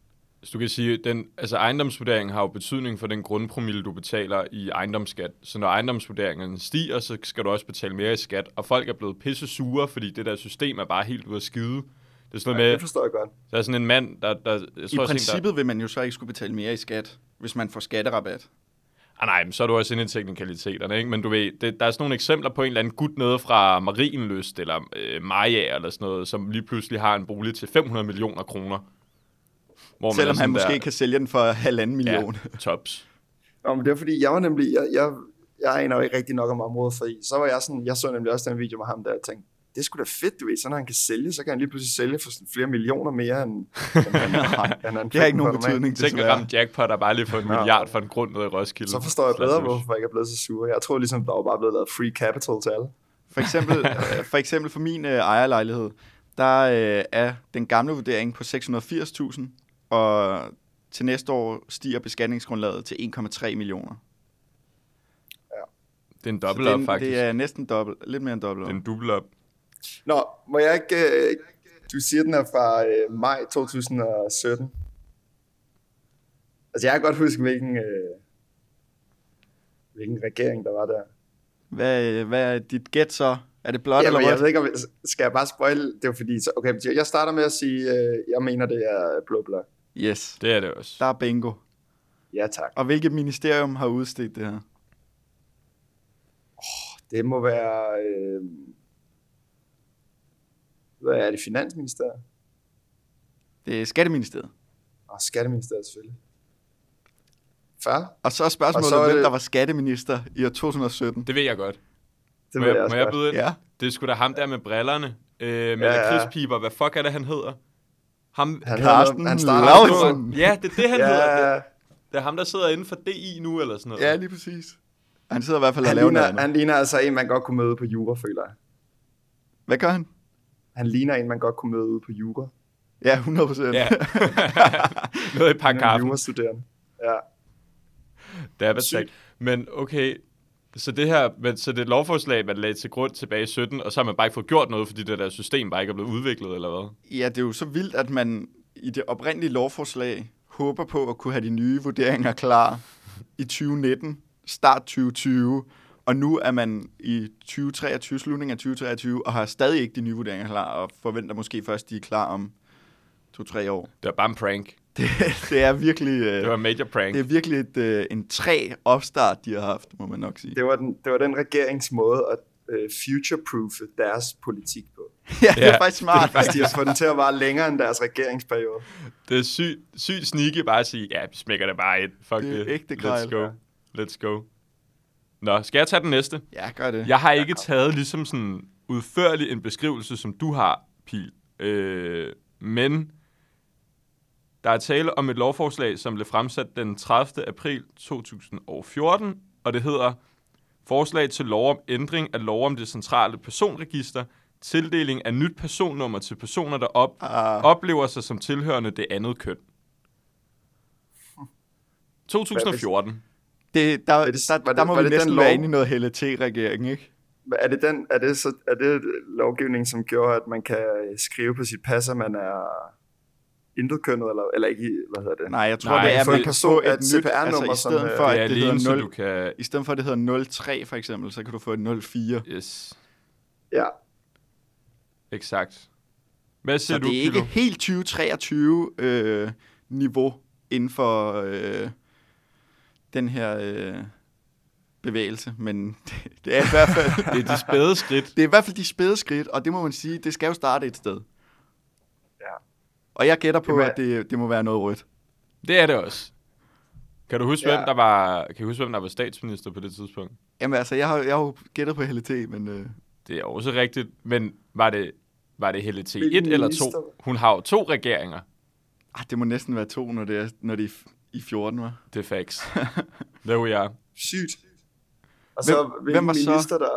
[SPEAKER 3] Så du kan sige, den, altså ejendomsvurderingen har jo betydning for den grundpromille, du betaler i ejendomsskat. Så når ejendomsvurderingen stiger, så skal du også betale mere i skat. Og folk er blevet pisse sure, fordi det der system er bare helt ude at skide. Det er sådan noget
[SPEAKER 1] Ja,
[SPEAKER 3] med,
[SPEAKER 1] det forstår jeg godt.
[SPEAKER 3] der er sådan en mand, der... der jeg tror,
[SPEAKER 2] I
[SPEAKER 3] også, en,
[SPEAKER 2] princippet vil man jo så ikke skulle betale mere i skat, hvis man får skatterabat.
[SPEAKER 3] Der, ah, nej, men så er du også inde i teknikaliteterne, ikke? Men du ved, det, der er sådan nogle eksempler på en eller anden gut nede fra Marienløst, eller øh, Maja, eller sådan noget, som lige pludselig har en bolig til 500 millioner kroner. Hvor man er
[SPEAKER 2] Selvom han
[SPEAKER 3] sådan
[SPEAKER 2] måske
[SPEAKER 3] der,
[SPEAKER 2] kan sælge den for halvanden million.
[SPEAKER 3] Ja, tops.
[SPEAKER 1] Nå, men det var fordi, jeg var nemlig, jeg, jeg, jeg aner jo ikke rigtig nok om området, fordi så var jeg sådan, jeg så nemlig også den video med ham der, og tænkte, det er sgu da fedt, du ved, så når han kan sælge, så kan han lige pludselig sælge for sådan flere millioner mere end, end han, end han
[SPEAKER 2] Det har ikke nogen
[SPEAKER 1] fik for normalt.
[SPEAKER 2] betydning,
[SPEAKER 3] Tænk at
[SPEAKER 2] desværre.
[SPEAKER 3] ramme jackpot og bare lige få en
[SPEAKER 1] Nå.
[SPEAKER 3] milliard for en grund nede i Roskilde.
[SPEAKER 1] Så forstår jeg bedre,
[SPEAKER 3] Slash.
[SPEAKER 1] hvorfor jeg ikke er blevet så sur. Jeg tror ligesom, der var bare blevet lavet free capital til alle.
[SPEAKER 2] For eksempel, øh, for eksempel for min øh, ejerlejlighed, der øh, er den gamle vurdering på 680.000, og til næste år stiger beskatningsgrundlaget til 1,3 millioner.
[SPEAKER 3] Det er en
[SPEAKER 2] Så
[SPEAKER 3] dobbelt
[SPEAKER 2] det, er
[SPEAKER 3] op,
[SPEAKER 2] en-
[SPEAKER 3] faktisk.
[SPEAKER 2] det er næsten dobbelt, lidt mere end dobbelt.
[SPEAKER 3] Det
[SPEAKER 2] op.
[SPEAKER 3] er en dobbelt op.
[SPEAKER 1] Nå, må jeg ikke... Øh, du siger, den er fra øh, maj 2017. Altså, jeg kan godt huske, hvilken, øh, hvilken regering der var der.
[SPEAKER 2] Hvad, øh, hvad er dit gæt så? Er det blot
[SPEAKER 1] Jamen,
[SPEAKER 2] eller
[SPEAKER 1] jeg
[SPEAKER 2] rødt?
[SPEAKER 1] ved ikke, om jeg, skal jeg bare spoil? Det er jo fordi... Så, okay, men jeg starter med at sige, øh, jeg mener, det er blå blok.
[SPEAKER 2] Yes,
[SPEAKER 3] Det er det også.
[SPEAKER 2] der er bingo.
[SPEAKER 1] Ja, tak.
[SPEAKER 2] Og hvilket ministerium har udstedt det her?
[SPEAKER 1] Det må være... Øh, hvad er det? Finansministeriet?
[SPEAKER 2] Det er Skatteministeriet.
[SPEAKER 1] Og Skatteministeriet, selvfølgelig. Færre?
[SPEAKER 2] Og så er spørgsmålet,
[SPEAKER 1] Og så er
[SPEAKER 2] så hvem
[SPEAKER 1] det-
[SPEAKER 2] der var skatteminister i år 2017.
[SPEAKER 3] Det ved jeg godt.
[SPEAKER 1] Det
[SPEAKER 3] må
[SPEAKER 1] ved
[SPEAKER 3] jeg,
[SPEAKER 1] også
[SPEAKER 3] må jeg
[SPEAKER 1] godt.
[SPEAKER 3] byde ind?
[SPEAKER 2] Ja.
[SPEAKER 3] Det er sgu da ham der med brillerne. Øh, med
[SPEAKER 1] Ja,
[SPEAKER 3] ja,
[SPEAKER 1] ja.
[SPEAKER 3] lakridspiber. Hvad fuck er det, han hedder? Ham...
[SPEAKER 1] Han
[SPEAKER 2] Carsten
[SPEAKER 1] hedder- han starter
[SPEAKER 2] Lauritsen.
[SPEAKER 3] Ja, det er det, han
[SPEAKER 1] Ja,
[SPEAKER 3] hedder. Det, det er ham, der sidder inde for DI nu, eller sådan noget.
[SPEAKER 2] Ja, lige præcis. Han sidder i hvert fald og
[SPEAKER 1] han,
[SPEAKER 2] laver noget
[SPEAKER 1] ligner,
[SPEAKER 2] andet.
[SPEAKER 1] han ligner altså en, man godt kunne møde på jura, føler jeg.
[SPEAKER 2] Hvad gør han?
[SPEAKER 1] Han ligner en, man godt kunne møde ude på jura.
[SPEAKER 2] Ja, 100 procent.
[SPEAKER 3] ja. noget i
[SPEAKER 1] Han
[SPEAKER 3] pakke
[SPEAKER 1] er en
[SPEAKER 3] kaffe.
[SPEAKER 1] jurastuderende. Ja.
[SPEAKER 3] Det er vist
[SPEAKER 1] Sygt.
[SPEAKER 3] sagt. Men okay, så det her, men, så det er et lovforslag, man lagde til grund tilbage i 17, og så har man bare ikke fået gjort noget, fordi det der system bare ikke er blevet udviklet, eller hvad?
[SPEAKER 2] Ja, det er jo så vildt, at man i det oprindelige lovforslag håber på at kunne have de nye vurderinger klar i 2019, start 2020, og nu er man i 2023, slutningen af 2023, og har stadig ikke de nye vurderinger klar, og forventer måske først, de er klar om to-tre år.
[SPEAKER 3] Det var bare en prank.
[SPEAKER 2] Det, det er virkelig, øh,
[SPEAKER 3] Det var en major prank.
[SPEAKER 2] det er virkelig et, øh, en træ opstart, de har haft, må man nok sige.
[SPEAKER 1] Det, var den, det var den regeringsmåde at øh, future-proofe deres politik på.
[SPEAKER 2] Ja, det
[SPEAKER 3] Ja,
[SPEAKER 2] er faktisk smart.
[SPEAKER 1] Altså, de har fået den til at vare længere end deres regeringsperiode.
[SPEAKER 3] Det er sygt syg sneaky bare at sige, ja, vi smækker det bare ind.
[SPEAKER 2] Det
[SPEAKER 3] Fuck det.
[SPEAKER 2] er ægte
[SPEAKER 3] Let's
[SPEAKER 2] grejl,
[SPEAKER 3] go.
[SPEAKER 2] ja.
[SPEAKER 3] Let's go. Nå, skal jeg tage den næste?
[SPEAKER 2] Ja, gør det.
[SPEAKER 3] Jeg har ikke taget ligesom sådan udførlig en beskrivelse, som du har, Pil. Øh, men der er tale om et lovforslag, som blev fremsat den 30. april 2014, og det hedder Forslag til lov om ændring af lov om det centrale personregister, tildeling af nyt personnummer til personer, der op
[SPEAKER 2] Ah.
[SPEAKER 3] oplever sig som tilhørende det andet køn. 2014.
[SPEAKER 2] Det, der,
[SPEAKER 1] det-
[SPEAKER 2] der,
[SPEAKER 1] var
[SPEAKER 2] der,
[SPEAKER 1] det-
[SPEAKER 2] må
[SPEAKER 1] var
[SPEAKER 2] vi
[SPEAKER 1] det den
[SPEAKER 2] næsten
[SPEAKER 1] lov?
[SPEAKER 2] være inde i noget Helle T-regering, ikke?
[SPEAKER 1] Men Er det, den, er, det så, er det lovgivning, som gjorde, at man kan øh, skrive på sit pas, at man er intetkønnet, eller, eller ikke, i- hvad hedder det?
[SPEAKER 2] Nej, jeg tror,
[SPEAKER 3] Nej,
[SPEAKER 2] det er
[SPEAKER 3] få
[SPEAKER 1] en
[SPEAKER 2] vel-
[SPEAKER 1] person-
[SPEAKER 2] få
[SPEAKER 1] et CPR-nummer,
[SPEAKER 2] altså,
[SPEAKER 1] som,
[SPEAKER 2] i stedet
[SPEAKER 1] øh,
[SPEAKER 2] for,
[SPEAKER 3] Det
[SPEAKER 2] at
[SPEAKER 3] er
[SPEAKER 2] det hedder
[SPEAKER 3] alene, så
[SPEAKER 2] 0,
[SPEAKER 3] du kan...
[SPEAKER 2] i stedet for, at det hedder 03 for eksempel, så kan du få et 04.
[SPEAKER 3] Yes,
[SPEAKER 1] Ja,
[SPEAKER 3] exakt. Hvad siger
[SPEAKER 2] Så
[SPEAKER 3] du,
[SPEAKER 2] det er ikke
[SPEAKER 3] Pilo?
[SPEAKER 2] helt 2023 øh, niveau inden for øh, den her øh, bevægelse, men det, det er i hvert fald...
[SPEAKER 3] Det er de spæde skridt.
[SPEAKER 2] Det er i hvert fald de spæde skridt, og det må man sige, det skal jo starte et sted.
[SPEAKER 1] Ja.
[SPEAKER 2] Og jeg gætter på,
[SPEAKER 1] Jamen,
[SPEAKER 2] at det, det må være noget rødt.
[SPEAKER 3] Det er det også. Kan du huske,
[SPEAKER 1] Ja.
[SPEAKER 3] hvem der var, kan du huske, hvem der var statsminister på det tidspunkt?
[SPEAKER 2] Jamen altså, jeg har, jeg har jo gættet på Helle T, men... Øh,
[SPEAKER 3] Det er også rigtigt, men var det, var det Helle T1
[SPEAKER 1] Hvilken
[SPEAKER 3] eller
[SPEAKER 1] minister?
[SPEAKER 3] 2? Hun har jo to regeringer.
[SPEAKER 2] Ah, det må næsten være to, når det er, når det er f- i 14, var.
[SPEAKER 3] Det er facts. There we are.
[SPEAKER 1] sygt. Og så,
[SPEAKER 2] Hvem-
[SPEAKER 1] hvem,
[SPEAKER 2] hvem
[SPEAKER 1] hvem
[SPEAKER 2] var så-
[SPEAKER 1] minister, så? der...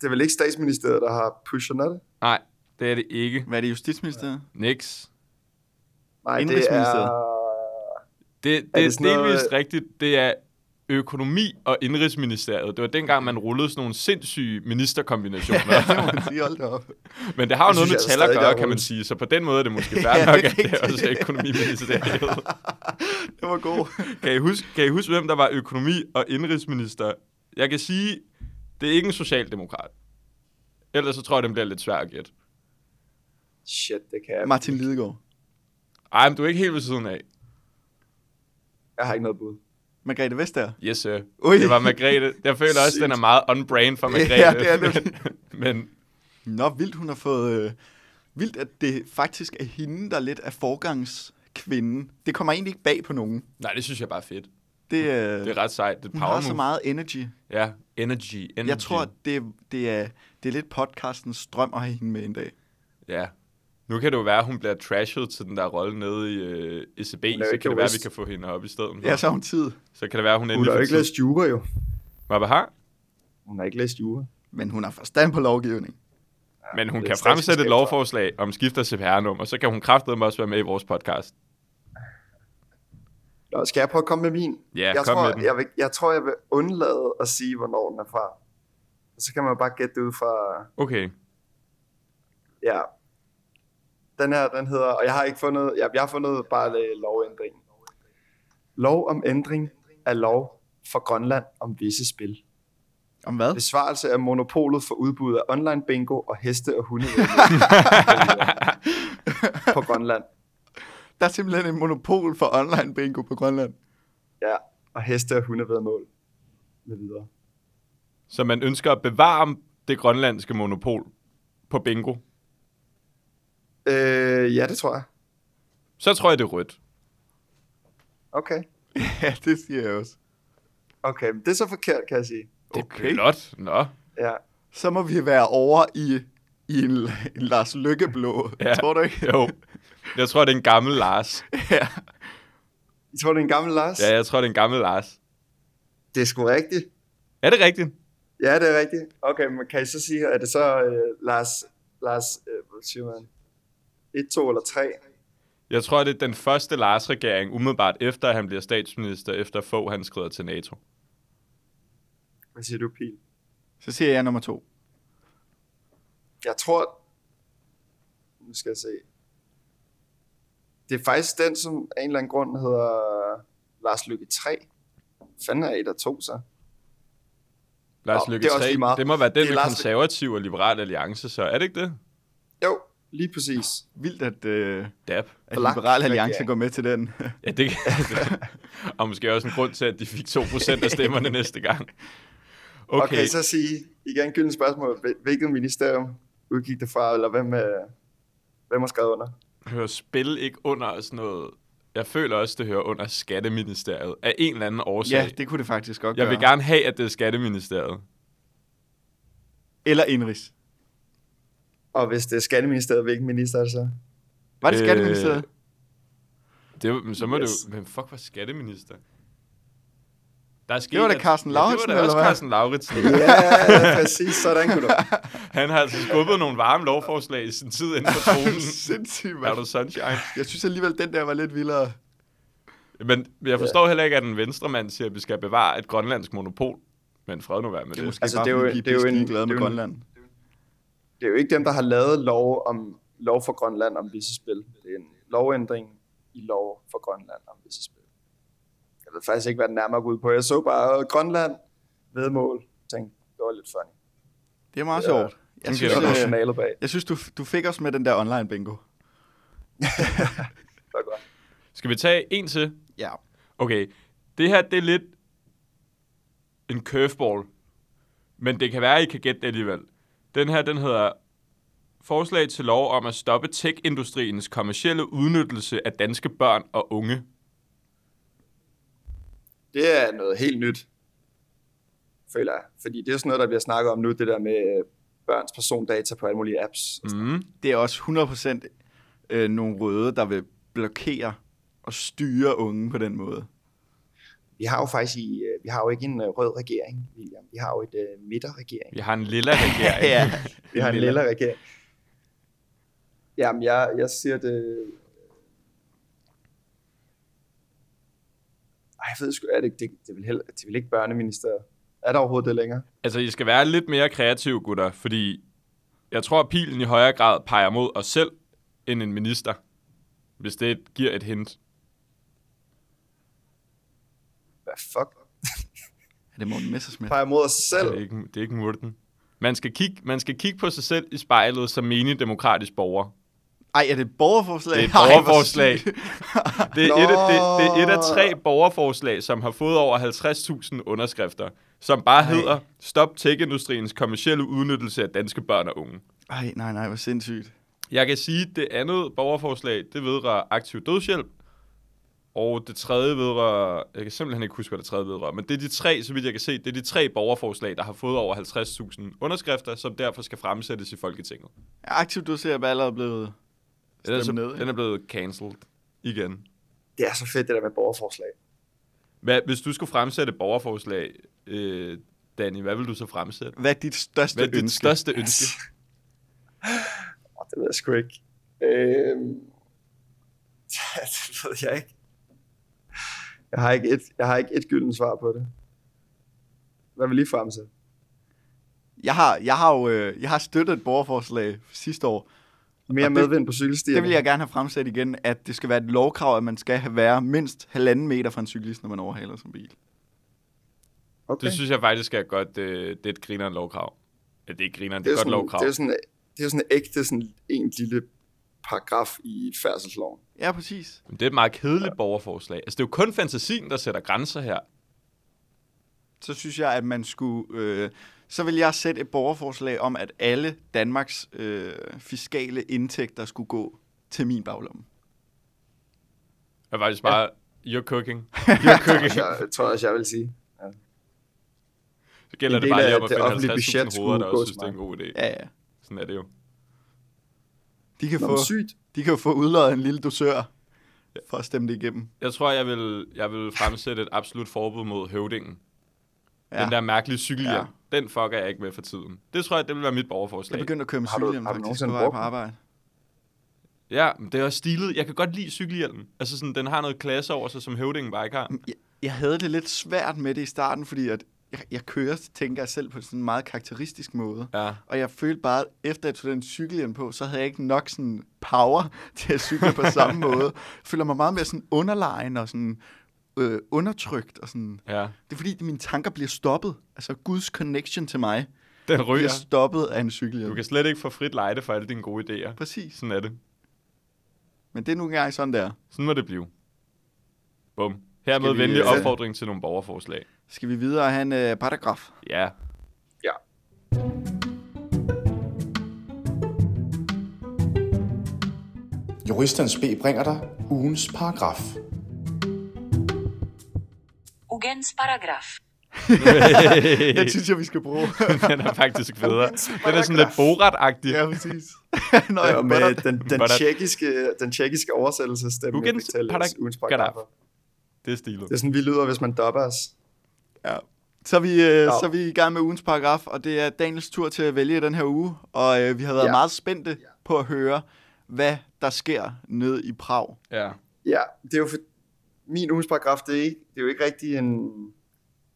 [SPEAKER 1] Det er vel ikke statsministeriet, der har pushet det?
[SPEAKER 3] Nej, det er det ikke.
[SPEAKER 2] Hvad er det, Justitsministeriet?
[SPEAKER 3] Niks.
[SPEAKER 1] Nej, det
[SPEAKER 2] Indenrigsministeriet.
[SPEAKER 1] er...
[SPEAKER 3] Det, det er,
[SPEAKER 1] det
[SPEAKER 3] er
[SPEAKER 1] sådan noget-
[SPEAKER 3] delvist rigtigt. Det er økonomi og indrigsministeriet. Det var dengang, man rullede sådan nogle sindssyge ministerkombinationer.
[SPEAKER 2] det må man sige, hold da op.
[SPEAKER 3] Men det har jo
[SPEAKER 1] Jeg
[SPEAKER 3] noget
[SPEAKER 1] synes,
[SPEAKER 3] med
[SPEAKER 1] jeg er
[SPEAKER 3] tal at
[SPEAKER 1] stadig
[SPEAKER 3] gøre,
[SPEAKER 1] derude.
[SPEAKER 3] kan man sige. Så på den måde er det måske
[SPEAKER 2] Ja,
[SPEAKER 3] fair
[SPEAKER 2] det er
[SPEAKER 3] nok, at det
[SPEAKER 2] rigtigt.
[SPEAKER 3] er også er økonomiministeriet.
[SPEAKER 2] Det var god.
[SPEAKER 3] kan, I huske, kan I huske, hvem der var økonomi- og indrigsminister? Jeg kan sige, det er ikke en socialdemokrat. Ellers så tror jeg, den bliver lidt svær at gætte.
[SPEAKER 1] Shit, det kan jeg.
[SPEAKER 2] Martin Lidegaard.
[SPEAKER 3] Ej, men du er ikke helt ved siden af.
[SPEAKER 1] Jeg har ikke noget bud.
[SPEAKER 2] Margrethe Vestager.
[SPEAKER 3] Yes, sir.
[SPEAKER 2] Ui.
[SPEAKER 3] Det var Margrethe. Jeg føler også,
[SPEAKER 1] Sygt.
[SPEAKER 3] den er meget on-brand for
[SPEAKER 2] Ja,
[SPEAKER 3] Margrethe.
[SPEAKER 2] det er det.
[SPEAKER 3] Men, men
[SPEAKER 2] Nå, vildt hun har fået... Øh, vildt, at det faktisk er hende, der lidt er forgangskvinden. Det kommer egentlig ikke bag på nogen.
[SPEAKER 3] nej, det synes jeg bare er fedt.
[SPEAKER 2] Det, øh,
[SPEAKER 3] Det er ret sejt. Det er
[SPEAKER 2] hun
[SPEAKER 3] power
[SPEAKER 2] har så
[SPEAKER 3] move.
[SPEAKER 2] meget energy.
[SPEAKER 3] Ja, energy, energy.
[SPEAKER 2] Jeg tror, det, det, er, det er lidt podcastens drøm at have hende med en dag.
[SPEAKER 3] Ja. Nu kan det jo være, at hun bliver trashet til den der rolle nede i øh, ECB,
[SPEAKER 1] Hun er
[SPEAKER 3] så
[SPEAKER 1] ikke
[SPEAKER 3] kan det være, at vi
[SPEAKER 1] jurist.
[SPEAKER 3] kan få hende op i stedet.
[SPEAKER 2] Ja, så har hun tid.
[SPEAKER 3] Så kan det være, at hun
[SPEAKER 1] Hun
[SPEAKER 3] endelig
[SPEAKER 1] har jo
[SPEAKER 3] får
[SPEAKER 1] ikke
[SPEAKER 3] tid.
[SPEAKER 1] læst jura jo.
[SPEAKER 3] Hvad har?
[SPEAKER 1] Hun har ikke læst jura.
[SPEAKER 2] Men hun har forstand på lovgivning.
[SPEAKER 3] Men hun
[SPEAKER 1] det er
[SPEAKER 3] kan
[SPEAKER 1] et
[SPEAKER 3] fremsætte et
[SPEAKER 1] statsvidenskab,
[SPEAKER 3] lovforslag om skifter CPR-nummer, så kan hun kraftedeme også være med i vores podcast.
[SPEAKER 1] Nå, skal jeg prøve at komme med min?
[SPEAKER 3] Ja,
[SPEAKER 1] jeg
[SPEAKER 3] kom
[SPEAKER 1] tror,
[SPEAKER 3] med den.
[SPEAKER 1] Jeg, vil, jeg tror, jeg vil undlade at sige, hvornår den er fra. Og så kan man jo bare gætte det ud fra...
[SPEAKER 3] Okay.
[SPEAKER 1] Ja. Den her, den hedder... Og jeg har ikke fundet... Jeg, jeg har fundet bare øh, lovændring. Lov om ændring af lov for Grønland om visse spil.
[SPEAKER 2] Om hvad?
[SPEAKER 1] Besvarelse af monopolet for udbud af online bingo og heste og hunde på Grønland.
[SPEAKER 2] Der er simpelthen en monopol for online bingo på Grønland.
[SPEAKER 1] Ja, og heste og hunde ved mål. Med videre.
[SPEAKER 3] så man ønsker at bevare det grønlandske monopol på bingo.
[SPEAKER 1] Øh, ja, det tror jeg.
[SPEAKER 3] Så tror jeg, det er rødt.
[SPEAKER 1] Okay.
[SPEAKER 2] Ja, det siger jeg også.
[SPEAKER 1] Okay, men det er så forkert, kan jeg sige.
[SPEAKER 3] Det
[SPEAKER 2] Okay.
[SPEAKER 3] er blot. Nå.
[SPEAKER 1] Ja.
[SPEAKER 2] Så må vi være over i, i en, en Lars Lykkeblå, ja.
[SPEAKER 3] Ja.
[SPEAKER 2] tror du ikke?
[SPEAKER 3] Jo. Jeg tror, det er en gammel Lars.
[SPEAKER 2] Ja.
[SPEAKER 1] I tror, det er en gammel Lars?
[SPEAKER 3] Ja, jeg tror, det er en gammel Lars.
[SPEAKER 1] Det er sgu rigtigt.
[SPEAKER 3] Er det rigtigt?
[SPEAKER 1] Ja, det er rigtigt. Okay, men kan I så sige, er det så øh, Lars, Lars øh, hvad siger man, 1, 2 eller 3?
[SPEAKER 3] Jeg tror, det er den første Lars-regering, umiddelbart efter, at han bliver statsminister, efter få han skrider til NATO.
[SPEAKER 1] Hvad siger du, Pil?
[SPEAKER 2] Så siger jeg nummer to.
[SPEAKER 1] Jeg tror, nu skal jeg se. Det er faktisk den, som af en eller anden grund hedder Lars Lykke 3. Fanden er 1 og 2 så?
[SPEAKER 3] Lars
[SPEAKER 1] Nå,
[SPEAKER 3] Løkke
[SPEAKER 1] det er også lige
[SPEAKER 3] 3,
[SPEAKER 1] meget.
[SPEAKER 3] det må være den
[SPEAKER 1] Det er
[SPEAKER 3] med
[SPEAKER 1] Lars-
[SPEAKER 3] konservativ og liberal alliance, så er det ikke det?
[SPEAKER 1] Jo, lige præcis.
[SPEAKER 2] Vildt, at, øh,
[SPEAKER 3] Dab.
[SPEAKER 2] at
[SPEAKER 1] Forlagt
[SPEAKER 2] Liberal Alliance
[SPEAKER 1] regering.
[SPEAKER 2] går med til den.
[SPEAKER 3] Ja, det kan Og måske også en grund til, at de fik 2% af stemmerne næste gang.
[SPEAKER 1] Okay.
[SPEAKER 3] Okay,
[SPEAKER 1] okay, så sige, igen gyldent spørgsmål. Hvil- Hvilket ministerium udgik det fra, eller hvem, øh, hvem har skrevet under?
[SPEAKER 3] hører spil ikke under sådan noget... Jeg føler også, det hører under Skatteministeriet af en eller anden årsag.
[SPEAKER 2] ja, det kunne det faktisk godt
[SPEAKER 3] jeg
[SPEAKER 2] gøre.
[SPEAKER 3] vil gerne have, at det er Skatteministeriet.
[SPEAKER 2] Eller Indrigs.
[SPEAKER 1] Og hvis det er Skatteministeriet, hvilken minister er det så?
[SPEAKER 2] Var det
[SPEAKER 3] Øh,
[SPEAKER 2] Skatteministeriet?
[SPEAKER 3] Det, var- men så må yes.
[SPEAKER 1] Yes.
[SPEAKER 3] det jo... Hvem fuck var Skatteminister? Der er sket,
[SPEAKER 2] var da
[SPEAKER 3] at-
[SPEAKER 2] Carsten Lauritsen,
[SPEAKER 3] Ja, det var da
[SPEAKER 2] eller
[SPEAKER 3] også
[SPEAKER 2] hvad?
[SPEAKER 3] Carsten Lauritsen.
[SPEAKER 1] Ja, præcis. Sådan kunne du.
[SPEAKER 3] Han har altså skubbet nogle varme lovforslag i sin tid inden for tronen.
[SPEAKER 2] Sindssygt,
[SPEAKER 3] er du
[SPEAKER 2] mand.
[SPEAKER 3] sunshine?
[SPEAKER 2] Jeg synes alligevel, den der var lidt vildere.
[SPEAKER 3] Men jeg forstår heller ikke, at en venstremand siger, at vi skal bevare et grønlandsk monopol. Men fred nu være med det.
[SPEAKER 2] Det er måske
[SPEAKER 1] Altså,
[SPEAKER 2] altså, bare,
[SPEAKER 1] det er
[SPEAKER 2] det
[SPEAKER 1] jo-
[SPEAKER 2] fordi,
[SPEAKER 1] det er jo en-
[SPEAKER 2] de er glade
[SPEAKER 1] det
[SPEAKER 2] med
[SPEAKER 1] er jo en-
[SPEAKER 2] Grønland.
[SPEAKER 1] Det er jo ikke dem, der har lavet lov, om, lov for Grønland om visse spil. Det er en lovændring i lov for Grønland om visse spil. Jeg ved faktisk ikke, hvad den nærmere går ud på. Jeg så bare øh, Grønland vedmål. Jeg tænkte, det var lidt funny.
[SPEAKER 2] Det er meget
[SPEAKER 1] Ja.
[SPEAKER 2] sjovt. Jeg
[SPEAKER 3] Okay,
[SPEAKER 2] synes,
[SPEAKER 1] Det var
[SPEAKER 2] øh,
[SPEAKER 1] nationalet bag.
[SPEAKER 2] jeg synes du, du fik os med den der online bingo.
[SPEAKER 1] Det var godt.
[SPEAKER 3] Skal vi tage en til?
[SPEAKER 2] Ja.
[SPEAKER 3] Okay, det her, det er lidt en curveball. Men det kan være, at I kan gætte det alligevel. Den her, den hedder Forslag til lov om at stoppe tech-industriens kommercielle udnyttelse af danske børn og unge.
[SPEAKER 1] Det er noget helt nyt, føler jeg. Fordi det er sådan noget, der bliver snakket om nu, det der med øh, børns persondata på alle mulige apps. Altså,
[SPEAKER 3] Mm.
[SPEAKER 2] Det er også 100% øh, nogle røde, der vil blokere og styre unge på den måde.
[SPEAKER 1] Vi har jo faktisk i, øh, vi har jo ikke en øh, rød regering, William. Vi har jo et øh, midterregering.
[SPEAKER 3] Vi har en lilla regering.
[SPEAKER 1] Vi har en lille regering. Jamen, jeg, jeg siger det... Ej, jeg ved sgu, er det, det, det, vil, heller, det vil ikke børneministeriet. Er der overhovedet det længere?
[SPEAKER 3] Altså, I skal være lidt mere kreative, gutter, fordi jeg tror, at pilen i højere grad peger mod os selv end en minister, hvis det giver et hint.
[SPEAKER 1] Hvad fuck?
[SPEAKER 2] Er det Morten Messersmith?
[SPEAKER 1] Peger mod os selv.
[SPEAKER 3] Det er ikke, det er ikke Morten. Man skal, kigge, man skal kigge på sig selv i spejlet som menig demokratisk borger.
[SPEAKER 2] Ej, er det et borgerforslag?
[SPEAKER 3] Det er et
[SPEAKER 2] Ej, hvor
[SPEAKER 3] borgerforslag.
[SPEAKER 2] sygt.
[SPEAKER 3] Det er, et af, det, det er et af
[SPEAKER 1] Nå.
[SPEAKER 3] tre borgerforslag, som har fået over 50.000 underskrifter, som bare
[SPEAKER 2] Ej.
[SPEAKER 3] hedder Stop tech-industriens kommercielle udnyttelse af danske børn og unge.
[SPEAKER 2] Ej, nej, nej, hvor sindssygt.
[SPEAKER 3] Jeg kan sige, at det andet borgerforslag, det vedrører aktiv dødshjælp, og det tredje vedrører, jeg kan simpelthen ikke huske, hvad det tredje vedrører, men det er de tre, så vidt jeg kan se, det er de tre borgerforslag, der har fået over 50.000 underskrifter, som derfor skal fremsættes i Folketinget.
[SPEAKER 2] Aktiv doser er allerede blevet
[SPEAKER 3] Ellers, så-
[SPEAKER 2] stemt ned.
[SPEAKER 3] den er blevet cancelled igen.
[SPEAKER 1] Det er så fedt, det der med borgerforslag.
[SPEAKER 3] Hvad, hvis du skulle fremsætte et borgerforslag, øh, Danny, hvad vil du så fremsætte?
[SPEAKER 2] Hvad er dit største
[SPEAKER 3] Hvad er dit
[SPEAKER 2] ønske?
[SPEAKER 3] største ønske?
[SPEAKER 1] Oh, det ved jeg sgu ikke. Øhm, det ved jeg ikke. Jeg har ikke et, jeg har ikke et gyldent svar på det. Hvad vil I frem til?
[SPEAKER 2] Jeg har, jeg har jo øh, jeg har støttet et borgerforslag sidste år.
[SPEAKER 1] Mere
[SPEAKER 2] Og det-
[SPEAKER 1] medvind på cykelstierne.
[SPEAKER 2] Det vil jeg gerne have fremsat igen, at det skal være et lovkrav, at man skal have være mindst halvanden meter fra en cyklist, når man overhaler som bil.
[SPEAKER 1] Okay.
[SPEAKER 3] Det synes jeg faktisk er godt, øh, det er et grineren lovkrav. Ja, det er ikke grineren, det er, et godt
[SPEAKER 1] sådan,
[SPEAKER 3] lovkrav.
[SPEAKER 1] Det er sådan, det er sådan ægte sådan en lille paragraf i færdselsloven.
[SPEAKER 2] Ja, præcis.
[SPEAKER 3] Men det er et meget kedeligt borgerforslag. Altså, det er jo kun fantasien, der sætter grænser her.
[SPEAKER 2] Så synes jeg, at man skulle... Øh, så vil jeg sætte et borgerforslag om, at alle Danmarks øh, fiskale indtægter skulle gå til min baglomme.
[SPEAKER 3] Jeg er faktisk bare, you're cooking. You're
[SPEAKER 1] Okay.
[SPEAKER 3] cooking.
[SPEAKER 1] Jeg tror også, jeg vil sige.
[SPEAKER 3] Så gælder
[SPEAKER 1] En
[SPEAKER 3] det
[SPEAKER 1] del
[SPEAKER 3] bare lige
[SPEAKER 1] af
[SPEAKER 3] om at
[SPEAKER 1] det
[SPEAKER 3] finde
[SPEAKER 1] offentlige budget
[SPEAKER 3] 50.000 hoveder, der
[SPEAKER 1] skulle gå
[SPEAKER 3] også
[SPEAKER 1] til
[SPEAKER 3] synes, det er en god idé.
[SPEAKER 2] Ja, ja.
[SPEAKER 3] Sådan er det jo.
[SPEAKER 2] De kan,
[SPEAKER 1] Nå,
[SPEAKER 2] få,
[SPEAKER 1] men sygt.
[SPEAKER 2] de kan jo få udløjet en lille dosør for at stemme det igennem.
[SPEAKER 3] Jeg tror, jeg vil, jeg vil fremsætte et absolut forbud mod høvdingen. Ja.
[SPEAKER 2] Ja.
[SPEAKER 3] Den der mærkelige cykelhjelm. Ja.
[SPEAKER 2] Ja.
[SPEAKER 3] Den fucker jeg ikke med for tiden. Det tror jeg, det vil være mit
[SPEAKER 2] Jeg
[SPEAKER 3] borgerforslag.
[SPEAKER 2] begyndte at køre med
[SPEAKER 1] Har du-
[SPEAKER 2] cykelhjelm
[SPEAKER 1] har du
[SPEAKER 2] faktisk på
[SPEAKER 1] nogensinde
[SPEAKER 2] vej
[SPEAKER 1] brugt
[SPEAKER 2] på
[SPEAKER 1] den?
[SPEAKER 2] arbejde.
[SPEAKER 3] Ja, men det er også stilet. Jeg kan godt lide cykelhjelmen. Altså sådan, den har noget klasse over sig, som høvdingen bare ikke har.
[SPEAKER 2] Jeg, jeg havde det lidt svært med det i starten, fordi at jeg, jeg kører, tænker jeg selv, på sådan en meget karakteristisk måde.
[SPEAKER 3] Ja.
[SPEAKER 2] Og jeg følte bare, at efter jeg tog den cykelhjelm på, så havde jeg ikke nok sådan power til at cykle på samme måde. Jeg føler mig meget mere sådan underlegen og sådan øh, undertrykt. Og sådan.
[SPEAKER 3] ja.
[SPEAKER 2] Det er fordi, at mine tanker bliver stoppet. Altså Guds connection til mig
[SPEAKER 3] Den
[SPEAKER 2] bliver
[SPEAKER 3] ryger.
[SPEAKER 2] stoppet af en cykelhjelm.
[SPEAKER 3] Du kan slet ikke få frit lejde for alle dine gode idéer.
[SPEAKER 2] Præcis.
[SPEAKER 3] Sådan er det.
[SPEAKER 2] Men det er nu engang sådan der.
[SPEAKER 3] Sådan må det blive. Bum. Hermed
[SPEAKER 2] Skal vi,
[SPEAKER 3] venlig
[SPEAKER 2] øh,
[SPEAKER 3] opfordring til nogle borgerforslag.
[SPEAKER 2] Skal vi videre og have en øh, paragraf?
[SPEAKER 3] Ja.
[SPEAKER 1] Ja.
[SPEAKER 4] Juristens B bringer dig ugens paragraf.
[SPEAKER 5] Ugens paragraf.
[SPEAKER 2] Den synes jeg, vi skal bruge.
[SPEAKER 3] den er faktisk bedre. Den er sådan lidt borat-agtig.
[SPEAKER 2] ja, præcis. Nå,
[SPEAKER 1] Og med
[SPEAKER 2] butter.
[SPEAKER 1] den, den,
[SPEAKER 3] Butter.
[SPEAKER 1] tjekiske, den tjekiske oversættelse stemmer
[SPEAKER 3] Ugens paragraf. Det er
[SPEAKER 1] Det er
[SPEAKER 3] stilet.
[SPEAKER 1] sådan, vi lyder, hvis man dopper os.
[SPEAKER 2] Ja. Så er, vi, øh, så er vi i gang med ugens paragraf, og det er Daniels tur til at vælge i den her uge. Og øh, vi har været ja.
[SPEAKER 1] Ja.
[SPEAKER 2] meget spændte på at høre, hvad der sker nede i Prag.
[SPEAKER 3] Ja.
[SPEAKER 1] Ja, det er jo for, min ugens paragraf, det er, ikke, det er jo ikke rigtig en,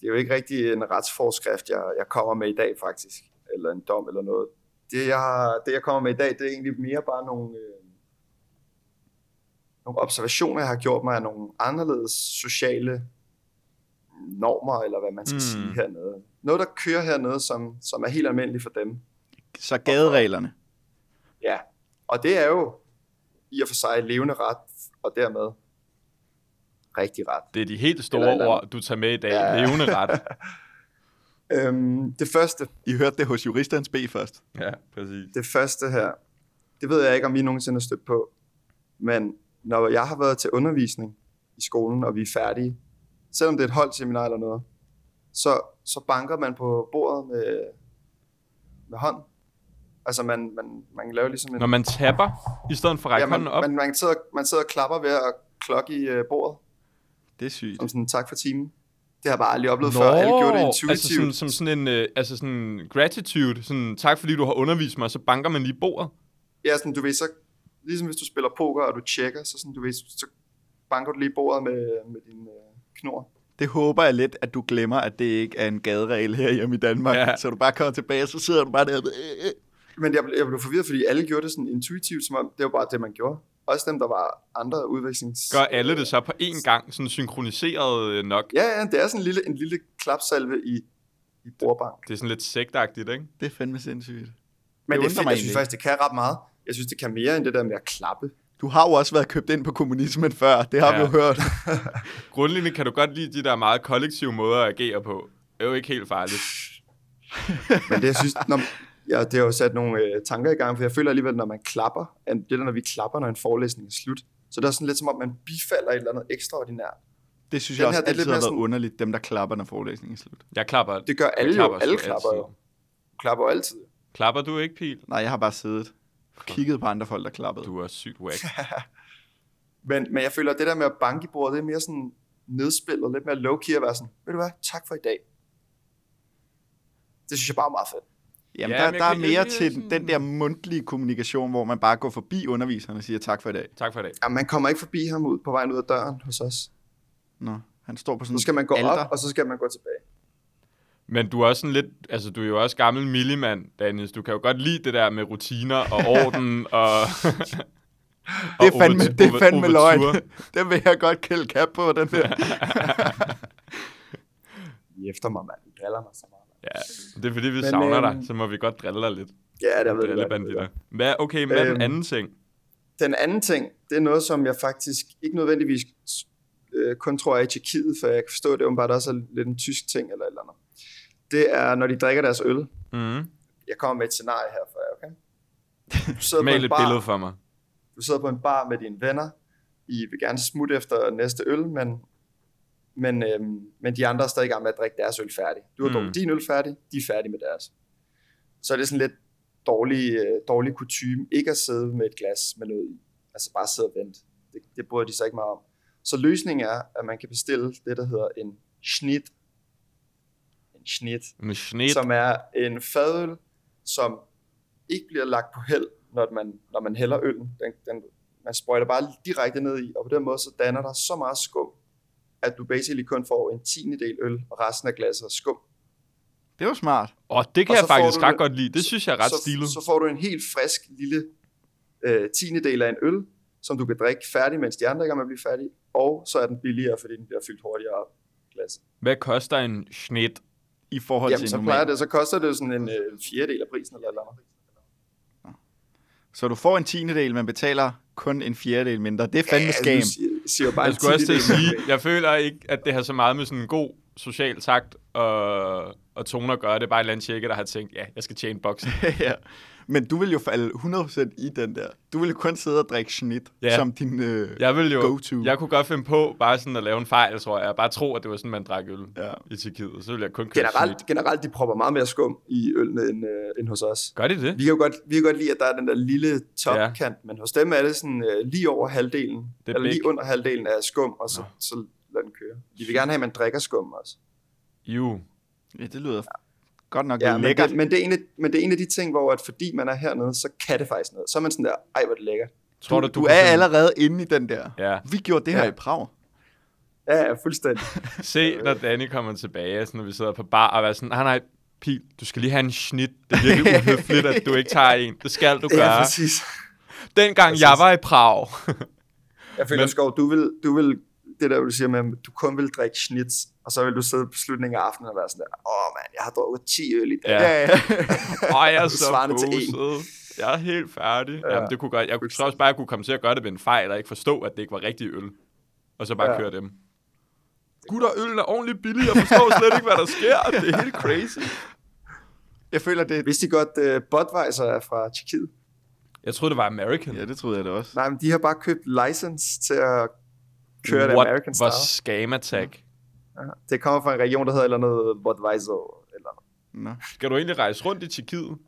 [SPEAKER 1] det er jo ikke rigtig en retsforskrift, jeg, jeg kommer med i dag faktisk, eller en dom eller noget. Det jeg, har- det, jeg kommer med i dag, det er egentlig mere bare nogle, øh, nogle observationer, jeg har gjort mig af nogle anderledes sociale normer, eller hvad man skal
[SPEAKER 3] Mm.
[SPEAKER 1] mm. sige hernede. Noget, der kører hernede, som, som er helt almindeligt for dem.
[SPEAKER 2] Så gadereglerne.
[SPEAKER 1] Ja, og det er jo i og for sig levende ret, og dermed rigtig ret.
[SPEAKER 3] Det er de helt
[SPEAKER 1] Eller et
[SPEAKER 3] store
[SPEAKER 1] eller
[SPEAKER 3] ord, du tager med i dag.
[SPEAKER 1] Ja.
[SPEAKER 3] Levende ret.
[SPEAKER 1] Øhm, det første,
[SPEAKER 2] I hørte det hos juristerens B først.
[SPEAKER 3] Ja, præcis.
[SPEAKER 1] det første her, det ved jeg ikke, om I nogensinde har stødt på, men når jeg har været til undervisning i skolen, og vi er færdige, selvom det er et holdseminar eller noget, så, så banker man på bordet med, med hånd. Altså man, man, man laver ligesom en...
[SPEAKER 3] Når man tapper, i stedet for at række
[SPEAKER 1] ja,
[SPEAKER 3] ja,
[SPEAKER 1] man,
[SPEAKER 3] hånden op.
[SPEAKER 1] man, man, sidder, man sidder og klapper ved at klokke i øh, bordet,
[SPEAKER 2] Det er sygt.
[SPEAKER 1] som sådan tak for timen. Det har jeg bare aldrig oplevet før. Alle gjorde det intuitivt.
[SPEAKER 3] Altså sådan, som sådan en øh, altså sådan gratitude. Sådan, tak fordi du har undervist mig, så banker man lige i bordet.
[SPEAKER 1] Ja, sådan, du ved, så, ligesom hvis du spiller poker, og du tjekker, så, sådan, du ved, så banker du lige bordet med, med din øh, knor.
[SPEAKER 2] det håber jeg lidt, at du glemmer, at det ikke er en gaderegel her hjemme i Danmark.
[SPEAKER 3] Ja.
[SPEAKER 2] Ja. Så du bare kommer tilbage, og så sidder du bare der. øh, øh.
[SPEAKER 1] Men jeg, blev- jeg blev forvirret, fordi alle gjorde det sådan intuitivt, som om det var bare det, man gjorde. Også dem, der var andre udvekslings...
[SPEAKER 3] Gør alle det så på én gang, sådan synkroniseret øh, nok?
[SPEAKER 1] Ja, ja, det er sådan en lille, en lille klapsalve i, i bordbank.
[SPEAKER 3] Det er sådan lidt sektagtigt, ikke?
[SPEAKER 2] Det er fandme sindssygt.
[SPEAKER 1] Men det,
[SPEAKER 2] undrer
[SPEAKER 1] det er fedt,
[SPEAKER 2] mig
[SPEAKER 1] jeg synes
[SPEAKER 2] egentlig.
[SPEAKER 1] faktisk, det kan ret meget. Jeg synes, det kan mere end det der med at klappe.
[SPEAKER 2] Du har jo også været købt ind på kommunismen før, det har ja.
[SPEAKER 3] Ja.
[SPEAKER 2] vi jo hørt.
[SPEAKER 3] Grundliggende kan du godt lide de der meget kollektive måder at agere på. Det er jo ikke helt farligt.
[SPEAKER 1] Men det, jeg synes, når, ja, det har jo sat nogle øh, tanker i gang, for jeg føler alligevel, når man klapper, at det der, når vi klapper, når en forelæsning er slut, så det er sådan lidt som om, man bifalder et eller andet ekstraordinært.
[SPEAKER 2] Det synes
[SPEAKER 1] Den
[SPEAKER 2] jeg også
[SPEAKER 1] her, det er
[SPEAKER 2] altid
[SPEAKER 1] lidt
[SPEAKER 2] har
[SPEAKER 1] mere
[SPEAKER 2] været
[SPEAKER 1] sådan-
[SPEAKER 2] underligt, dem der klapper, når forelæsningen er slut.
[SPEAKER 3] Jeg klapper.
[SPEAKER 1] Det gør alle
[SPEAKER 3] jeg
[SPEAKER 1] klapper jo.
[SPEAKER 3] sgu
[SPEAKER 1] Alle klapper
[SPEAKER 3] altid.
[SPEAKER 1] jo. Du klapper jo altid.
[SPEAKER 3] Klapper du ikke, Pil?
[SPEAKER 2] Nej, jeg har bare siddet og kigget på andre folk, der klappede.
[SPEAKER 3] Du er sygt whack.
[SPEAKER 1] Men, men jeg føler, at det der med at banke i bordet, det er mere sådan nedspillet, lidt mere low-key at være sådan, ved du hvad, tak for i dag. Det synes jeg bare er meget fedt.
[SPEAKER 2] Jamen,
[SPEAKER 3] Ja,
[SPEAKER 2] ja, der,
[SPEAKER 3] men jeg
[SPEAKER 2] der er
[SPEAKER 3] kan- jeg-
[SPEAKER 2] mere
[SPEAKER 3] jeg-
[SPEAKER 2] til
[SPEAKER 3] sådan-
[SPEAKER 2] den der mundtlige kommunikation, hvor man bare går forbi underviseren og siger tak for i dag.
[SPEAKER 3] Tak for i dag.
[SPEAKER 1] Ja, man kommer ikke forbi ham ud på vejen ud af døren hos os.
[SPEAKER 2] Nå, han står på sådan
[SPEAKER 1] Så skal man gå
[SPEAKER 2] alter.
[SPEAKER 1] op, og så skal man gå tilbage.
[SPEAKER 3] Men du er også sådan lidt, altså du er jo også gammel millemand, Dennis. Du kan jo godt lide det der med rutiner og orden og...
[SPEAKER 2] Det er
[SPEAKER 3] og
[SPEAKER 2] fandme,
[SPEAKER 3] ouvertu-
[SPEAKER 2] det er fandme løgn.
[SPEAKER 3] ouverture.
[SPEAKER 2] Den vil jeg godt kælde kap på, den der.
[SPEAKER 1] I efter mig, mand. I driller mig så meget. mand.
[SPEAKER 3] Ja, det er fordi, vi
[SPEAKER 1] Men,
[SPEAKER 3] savner
[SPEAKER 1] øhm,
[SPEAKER 3] dig, så må vi godt drille dig lidt.
[SPEAKER 1] Ja, der ved
[SPEAKER 3] Drille
[SPEAKER 1] jeg.
[SPEAKER 3] banditter. Hvad, okay, hvad er den
[SPEAKER 1] Øhm,
[SPEAKER 3] anden ting?
[SPEAKER 1] Den anden ting, det er noget, som jeg faktisk ikke nødvendigvis øh, kun tror er i Tjekkiet, for jeg kan forstå, at det åbenbart også er lidt en tysk ting eller et eller andet. Det er, når de drikker deres øl.
[SPEAKER 3] Mm.
[SPEAKER 1] Jeg kommer med et scenarie her for jer, okay? Du sidder, på
[SPEAKER 3] Mal
[SPEAKER 1] en
[SPEAKER 3] et
[SPEAKER 1] bar,
[SPEAKER 3] billede for mig.
[SPEAKER 1] du sidder på en bar med dine venner. I vil gerne smutte efter næste øl, men, men, øhm, men de andre er stadig i gang med at drikke deres øl færdig. Du har
[SPEAKER 3] Mm.
[SPEAKER 1] mm. drukket din øl færdig, de er færdige med deres. Så er det sådan lidt dårlig, øh, dårlig kutume, ikke at sidde med et glas med noget i. Altså bare sidde og vente. Det, det bryder de sig ikke meget om. Så løsningen er, at man kan bestille det, der hedder en snit. En snit
[SPEAKER 3] En snit.
[SPEAKER 1] som er en fadøl, som ikke bliver lagt på held, når man, når man hælder øllen. Den, den, man sprøjter bare direkte ned i, og på den måde så danner der så meget skum, at du basically kun får en tiende del øl, og resten af glasset er skum.
[SPEAKER 2] Det var smart.
[SPEAKER 3] Og det kan
[SPEAKER 1] og
[SPEAKER 3] jeg
[SPEAKER 1] så får
[SPEAKER 3] faktisk
[SPEAKER 1] du
[SPEAKER 3] ret
[SPEAKER 1] det-
[SPEAKER 3] godt lide. Det synes jeg er ret
[SPEAKER 1] så,
[SPEAKER 3] stilet.
[SPEAKER 1] Så får du en helt frisk lille øh, tiende del af en øl, som du kan drikke færdig, mens de andre ikke er med at blive færdige, og så er den billigere, fordi den bliver fyldt hurtigere op. Glasset.
[SPEAKER 3] Hvad koster en snit?
[SPEAKER 2] I forhold
[SPEAKER 1] Jamen,
[SPEAKER 2] til
[SPEAKER 1] så
[SPEAKER 2] normalt.
[SPEAKER 1] plejer det, så koster det jo sådan en øh, fjerdedel af prisen eller et eller andet.
[SPEAKER 2] Så du får en tiende del, men betaler kun en fjerdedel mindre. Det er fandme
[SPEAKER 1] Ja,
[SPEAKER 2] skam.
[SPEAKER 1] du siger- siger jo bare
[SPEAKER 3] Jeg
[SPEAKER 1] en
[SPEAKER 3] skulle også til at
[SPEAKER 1] tiendedel.
[SPEAKER 3] sige, jeg føler ikke, at det har så meget med sådan en god social takt og, og tone at gøre. Det er bare en eller anden tjekke, der har tænkt, ja, jeg skal tjene boksen.
[SPEAKER 2] ja. Men du vil jo falde 100% i den der. Du vil jo kun sidde og drikke snit,
[SPEAKER 3] Ja.
[SPEAKER 2] ja. som din øh,
[SPEAKER 3] Jeg vil jo,
[SPEAKER 2] go-to.
[SPEAKER 3] jeg kunne godt finde på bare sådan at lave en fejl, tror jeg. Bare tro, at det var sådan, man drak øl ja.
[SPEAKER 2] Ja.
[SPEAKER 3] i Tjekkiet. Så ville jeg kun købe
[SPEAKER 1] generelt,
[SPEAKER 3] snit.
[SPEAKER 1] generelt, de propper meget mere skum i ølene end, øh, end hos os.
[SPEAKER 3] Gør de det?
[SPEAKER 1] Vi kan jo godt, vi kan godt lide, at der er den der lille topkant,
[SPEAKER 3] Ja.
[SPEAKER 1] ja. men hos dem er det sådan øh, lige over halvdelen,
[SPEAKER 3] Det er
[SPEAKER 1] eller lige
[SPEAKER 3] big.
[SPEAKER 1] under halvdelen af skum, og så, ja. så lader den køre. De vil gerne have, at man drikker skum også.
[SPEAKER 3] Jo.
[SPEAKER 2] Ja, det lyder godt nok
[SPEAKER 1] Ja,
[SPEAKER 2] ja,
[SPEAKER 1] men,
[SPEAKER 2] lækkert.
[SPEAKER 1] det, men, det er en af, men det er en af de ting, hvor at fordi man er hernede, så kan det faktisk noget. Så er man sådan der, ej hvor er det lækkert.
[SPEAKER 3] Tror
[SPEAKER 2] du,
[SPEAKER 3] du,
[SPEAKER 2] du,
[SPEAKER 3] kunne
[SPEAKER 2] er
[SPEAKER 3] sådan-
[SPEAKER 2] allerede inde i den der.
[SPEAKER 3] Ja.
[SPEAKER 2] Vi gjorde det
[SPEAKER 1] Ja.
[SPEAKER 2] her i Prag.
[SPEAKER 1] Ja, ja, fuldstændig.
[SPEAKER 3] Se, når Danny kommer tilbage, sådan, når vi sidder på bar og er sådan, nej, nej, Pil, du skal lige have en snit. Det er virkelig uhøfligt, at du ikke tager en. Det skal du
[SPEAKER 1] ja,
[SPEAKER 3] gøre.
[SPEAKER 1] præcis.
[SPEAKER 3] Dengang jeg var i Prag.
[SPEAKER 1] Jeg føler,
[SPEAKER 3] Men-
[SPEAKER 1] men... Skov, du vil, du vil, det der, du siger med, at du kun vil drikke schnitz, og så vil du sidde på slutningen af aftenen og være sådan der, åh mand, jeg har drukket 10 øl i dag.
[SPEAKER 3] Ja.
[SPEAKER 2] ja.
[SPEAKER 3] Åh, jeg er så
[SPEAKER 1] Svarende til en.
[SPEAKER 3] fokuset. Jeg er helt færdig. Ja. Jamen, det kunne godt. Jeg kunne tror også bare, jeg kunne komme til at gøre det ved en fejl, og ikke forstå, at det ikke var rigtig øl. Og så bare ja.
[SPEAKER 1] Ja.
[SPEAKER 3] køre dem. Gutter, øllen er ordentligt billig. Jeg forstår slet ikke, hvad der sker. Det er helt crazy.
[SPEAKER 2] Jeg føler, det
[SPEAKER 1] Vidste I godt, uh, Budweiser er fra Tjekkiet?
[SPEAKER 3] Jeg troede, det var American.
[SPEAKER 2] Ja, det troede jeg da også.
[SPEAKER 1] Nej, men de har bare købt license til at køre det
[SPEAKER 3] What
[SPEAKER 1] American
[SPEAKER 3] var
[SPEAKER 1] style.
[SPEAKER 3] scam attack?
[SPEAKER 1] Ja. Det kommer fra en region, der hedder eller noget Budweiser. Eller noget.
[SPEAKER 2] Nå.
[SPEAKER 3] Skal du egentlig rejse rundt i Tjekkiet?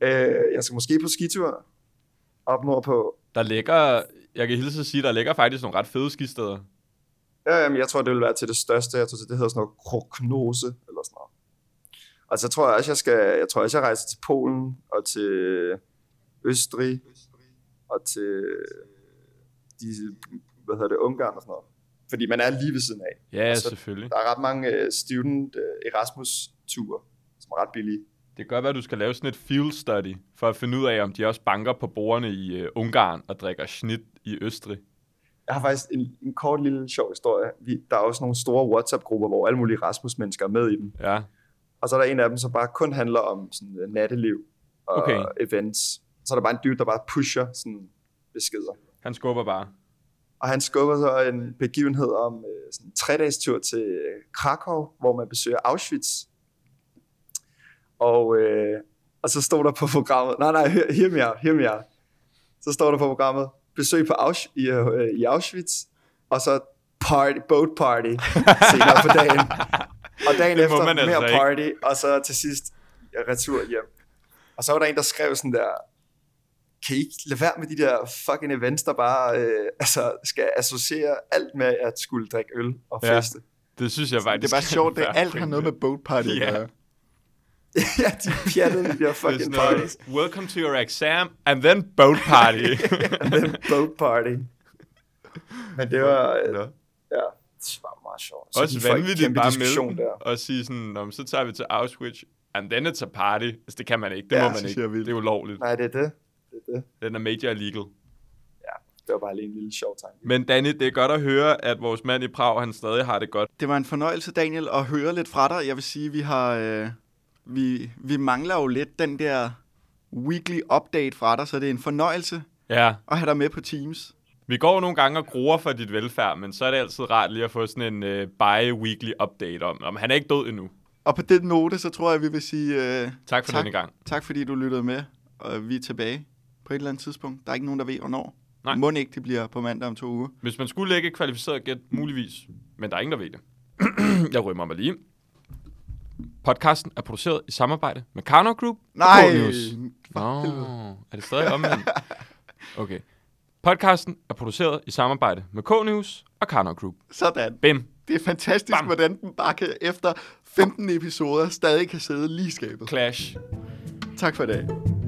[SPEAKER 1] Øh, jeg skal måske på skitur op nordpå.
[SPEAKER 3] Der ligger, jeg kan hilse at sige, der ligger faktisk nogle ret fede skisteder.
[SPEAKER 1] Ja, jamen, jeg tror, det vil være til det største. Jeg tror, det hedder sådan noget krognose eller sådan noget. Og så tror jeg også, jeg skal, jeg tror også, jeg rejser til Polen og til Østrig og til de, hvad hedder det, Ungarn og sådan noget. fordi man er lige ved siden af.
[SPEAKER 3] Ja,
[SPEAKER 1] Altså,
[SPEAKER 3] altså, selvfølgelig.
[SPEAKER 1] Der er ret mange øh, student øh, Erasmus-ture, som er ret billige.
[SPEAKER 3] Det kan godt være, at du skal lave sådan et field study, for at finde ud af, om de også banker på bordene i øh, Ungarn og drikker snit i Østrig.
[SPEAKER 1] Jeg har faktisk en, en kort lille sjov historie. Vi, der er også nogle store WhatsApp-grupper, hvor alle mulige Rasmus-mennesker er med i dem.
[SPEAKER 3] Ja.
[SPEAKER 1] Og så er der en af dem, som bare kun handler om sådan, øh, natteliv og
[SPEAKER 3] Okay.
[SPEAKER 1] events. Så er der bare en dude, der bare pusher sådan, beskeder.
[SPEAKER 3] Han skubber bare.
[SPEAKER 1] Og han skubber så en begivenhed om øh, sådan en tre-dages tur til øh, Krakow, hvor man besøger Auschwitz. Og, øh, og så står der på programmet, nej nej, hør, hør mig, hør mig. Så står der på programmet, besøg på Aus- i, øh, i Auschwitz, og så party, boat party senere på dagen. Og dagen
[SPEAKER 3] Det må
[SPEAKER 1] efter
[SPEAKER 3] man
[SPEAKER 1] mere
[SPEAKER 3] altså ikke.
[SPEAKER 1] party, og så til sidst ja, retur hjem. Og så var der en, der skrev sådan der, kan I ikke lade være med de der fucking events, der bare øh, altså, skal associere alt med at skulle drikke øl og
[SPEAKER 3] Ja.
[SPEAKER 1] feste.
[SPEAKER 3] Det synes jeg
[SPEAKER 2] Det
[SPEAKER 3] faktisk.
[SPEAKER 2] er bare sjovt, det
[SPEAKER 3] er
[SPEAKER 2] er alt har noget med boat party at
[SPEAKER 3] Ja.
[SPEAKER 2] gøre.
[SPEAKER 1] Ja, de pjattede de der
[SPEAKER 3] Det er
[SPEAKER 1] fucking
[SPEAKER 3] sådan noget,
[SPEAKER 1] parties.
[SPEAKER 3] Welcome to your exam, and then boat party.
[SPEAKER 1] Den boat party. Men det var, øh,
[SPEAKER 3] Nå.
[SPEAKER 1] ja, det var meget sjovt. Så
[SPEAKER 3] også
[SPEAKER 1] de får en
[SPEAKER 3] vanvittigt
[SPEAKER 1] kæmpe
[SPEAKER 3] bare
[SPEAKER 1] diskussion
[SPEAKER 3] melde den, og sige sådan, "Nå, men så tager vi til Auschwitz, and then it's a party. Altså, det kan man ikke, det
[SPEAKER 1] Ja,
[SPEAKER 3] må man
[SPEAKER 1] synes
[SPEAKER 3] ikke.
[SPEAKER 2] jeg er vildt.
[SPEAKER 3] Det er ulovligt.
[SPEAKER 1] Nej, det er det. det er det.
[SPEAKER 3] Den er major illegal.
[SPEAKER 1] Det var bare lige en lille sjov tanke.
[SPEAKER 3] Men Danny, det er godt at høre, at vores mand i Prag, han stadig har det godt.
[SPEAKER 2] Det var en fornøjelse, Daniel, at høre lidt fra dig. Jeg vil sige, vi har... Øh, vi, vi mangler jo lidt den der weekly update fra dig, så det er en fornøjelse
[SPEAKER 3] Ja,
[SPEAKER 2] at have dig med på Teams.
[SPEAKER 3] Vi går jo nogle gange og gruer for dit velfærd, men så er det altid rart lige at få sådan en øh, bi-weekly update om, om han er ikke død endnu.
[SPEAKER 2] Og på den note, så tror jeg, vi vil sige... Øh,
[SPEAKER 3] Tak for denne gang.
[SPEAKER 2] Tak fordi du lyttede med, og vi er tilbage på et eller andet tidspunkt. Der er ikke nogen, der ved, hvornår.
[SPEAKER 3] Nej.
[SPEAKER 2] Må ikke, det bliver på mandag om to uger.
[SPEAKER 3] Hvis man skulle lægge et kvalificeret gæt, muligvis, men der er ingen, der ved det. Jeg rømmer mig lige. Podcasten er produceret i samarbejde med Karno Group
[SPEAKER 2] Nej,
[SPEAKER 3] og Kornius. Nå, er det stadig omvendt? Okay. Podcasten er produceret i samarbejde med K-News og Karno Group.
[SPEAKER 2] Sådan.
[SPEAKER 3] Bim.
[SPEAKER 2] Det er fantastisk,
[SPEAKER 3] Bam.
[SPEAKER 2] hvordan den bare kan, efter 15 episoder stadig kan sidde lige i skabet.
[SPEAKER 3] Clash.
[SPEAKER 2] Tak for i dag.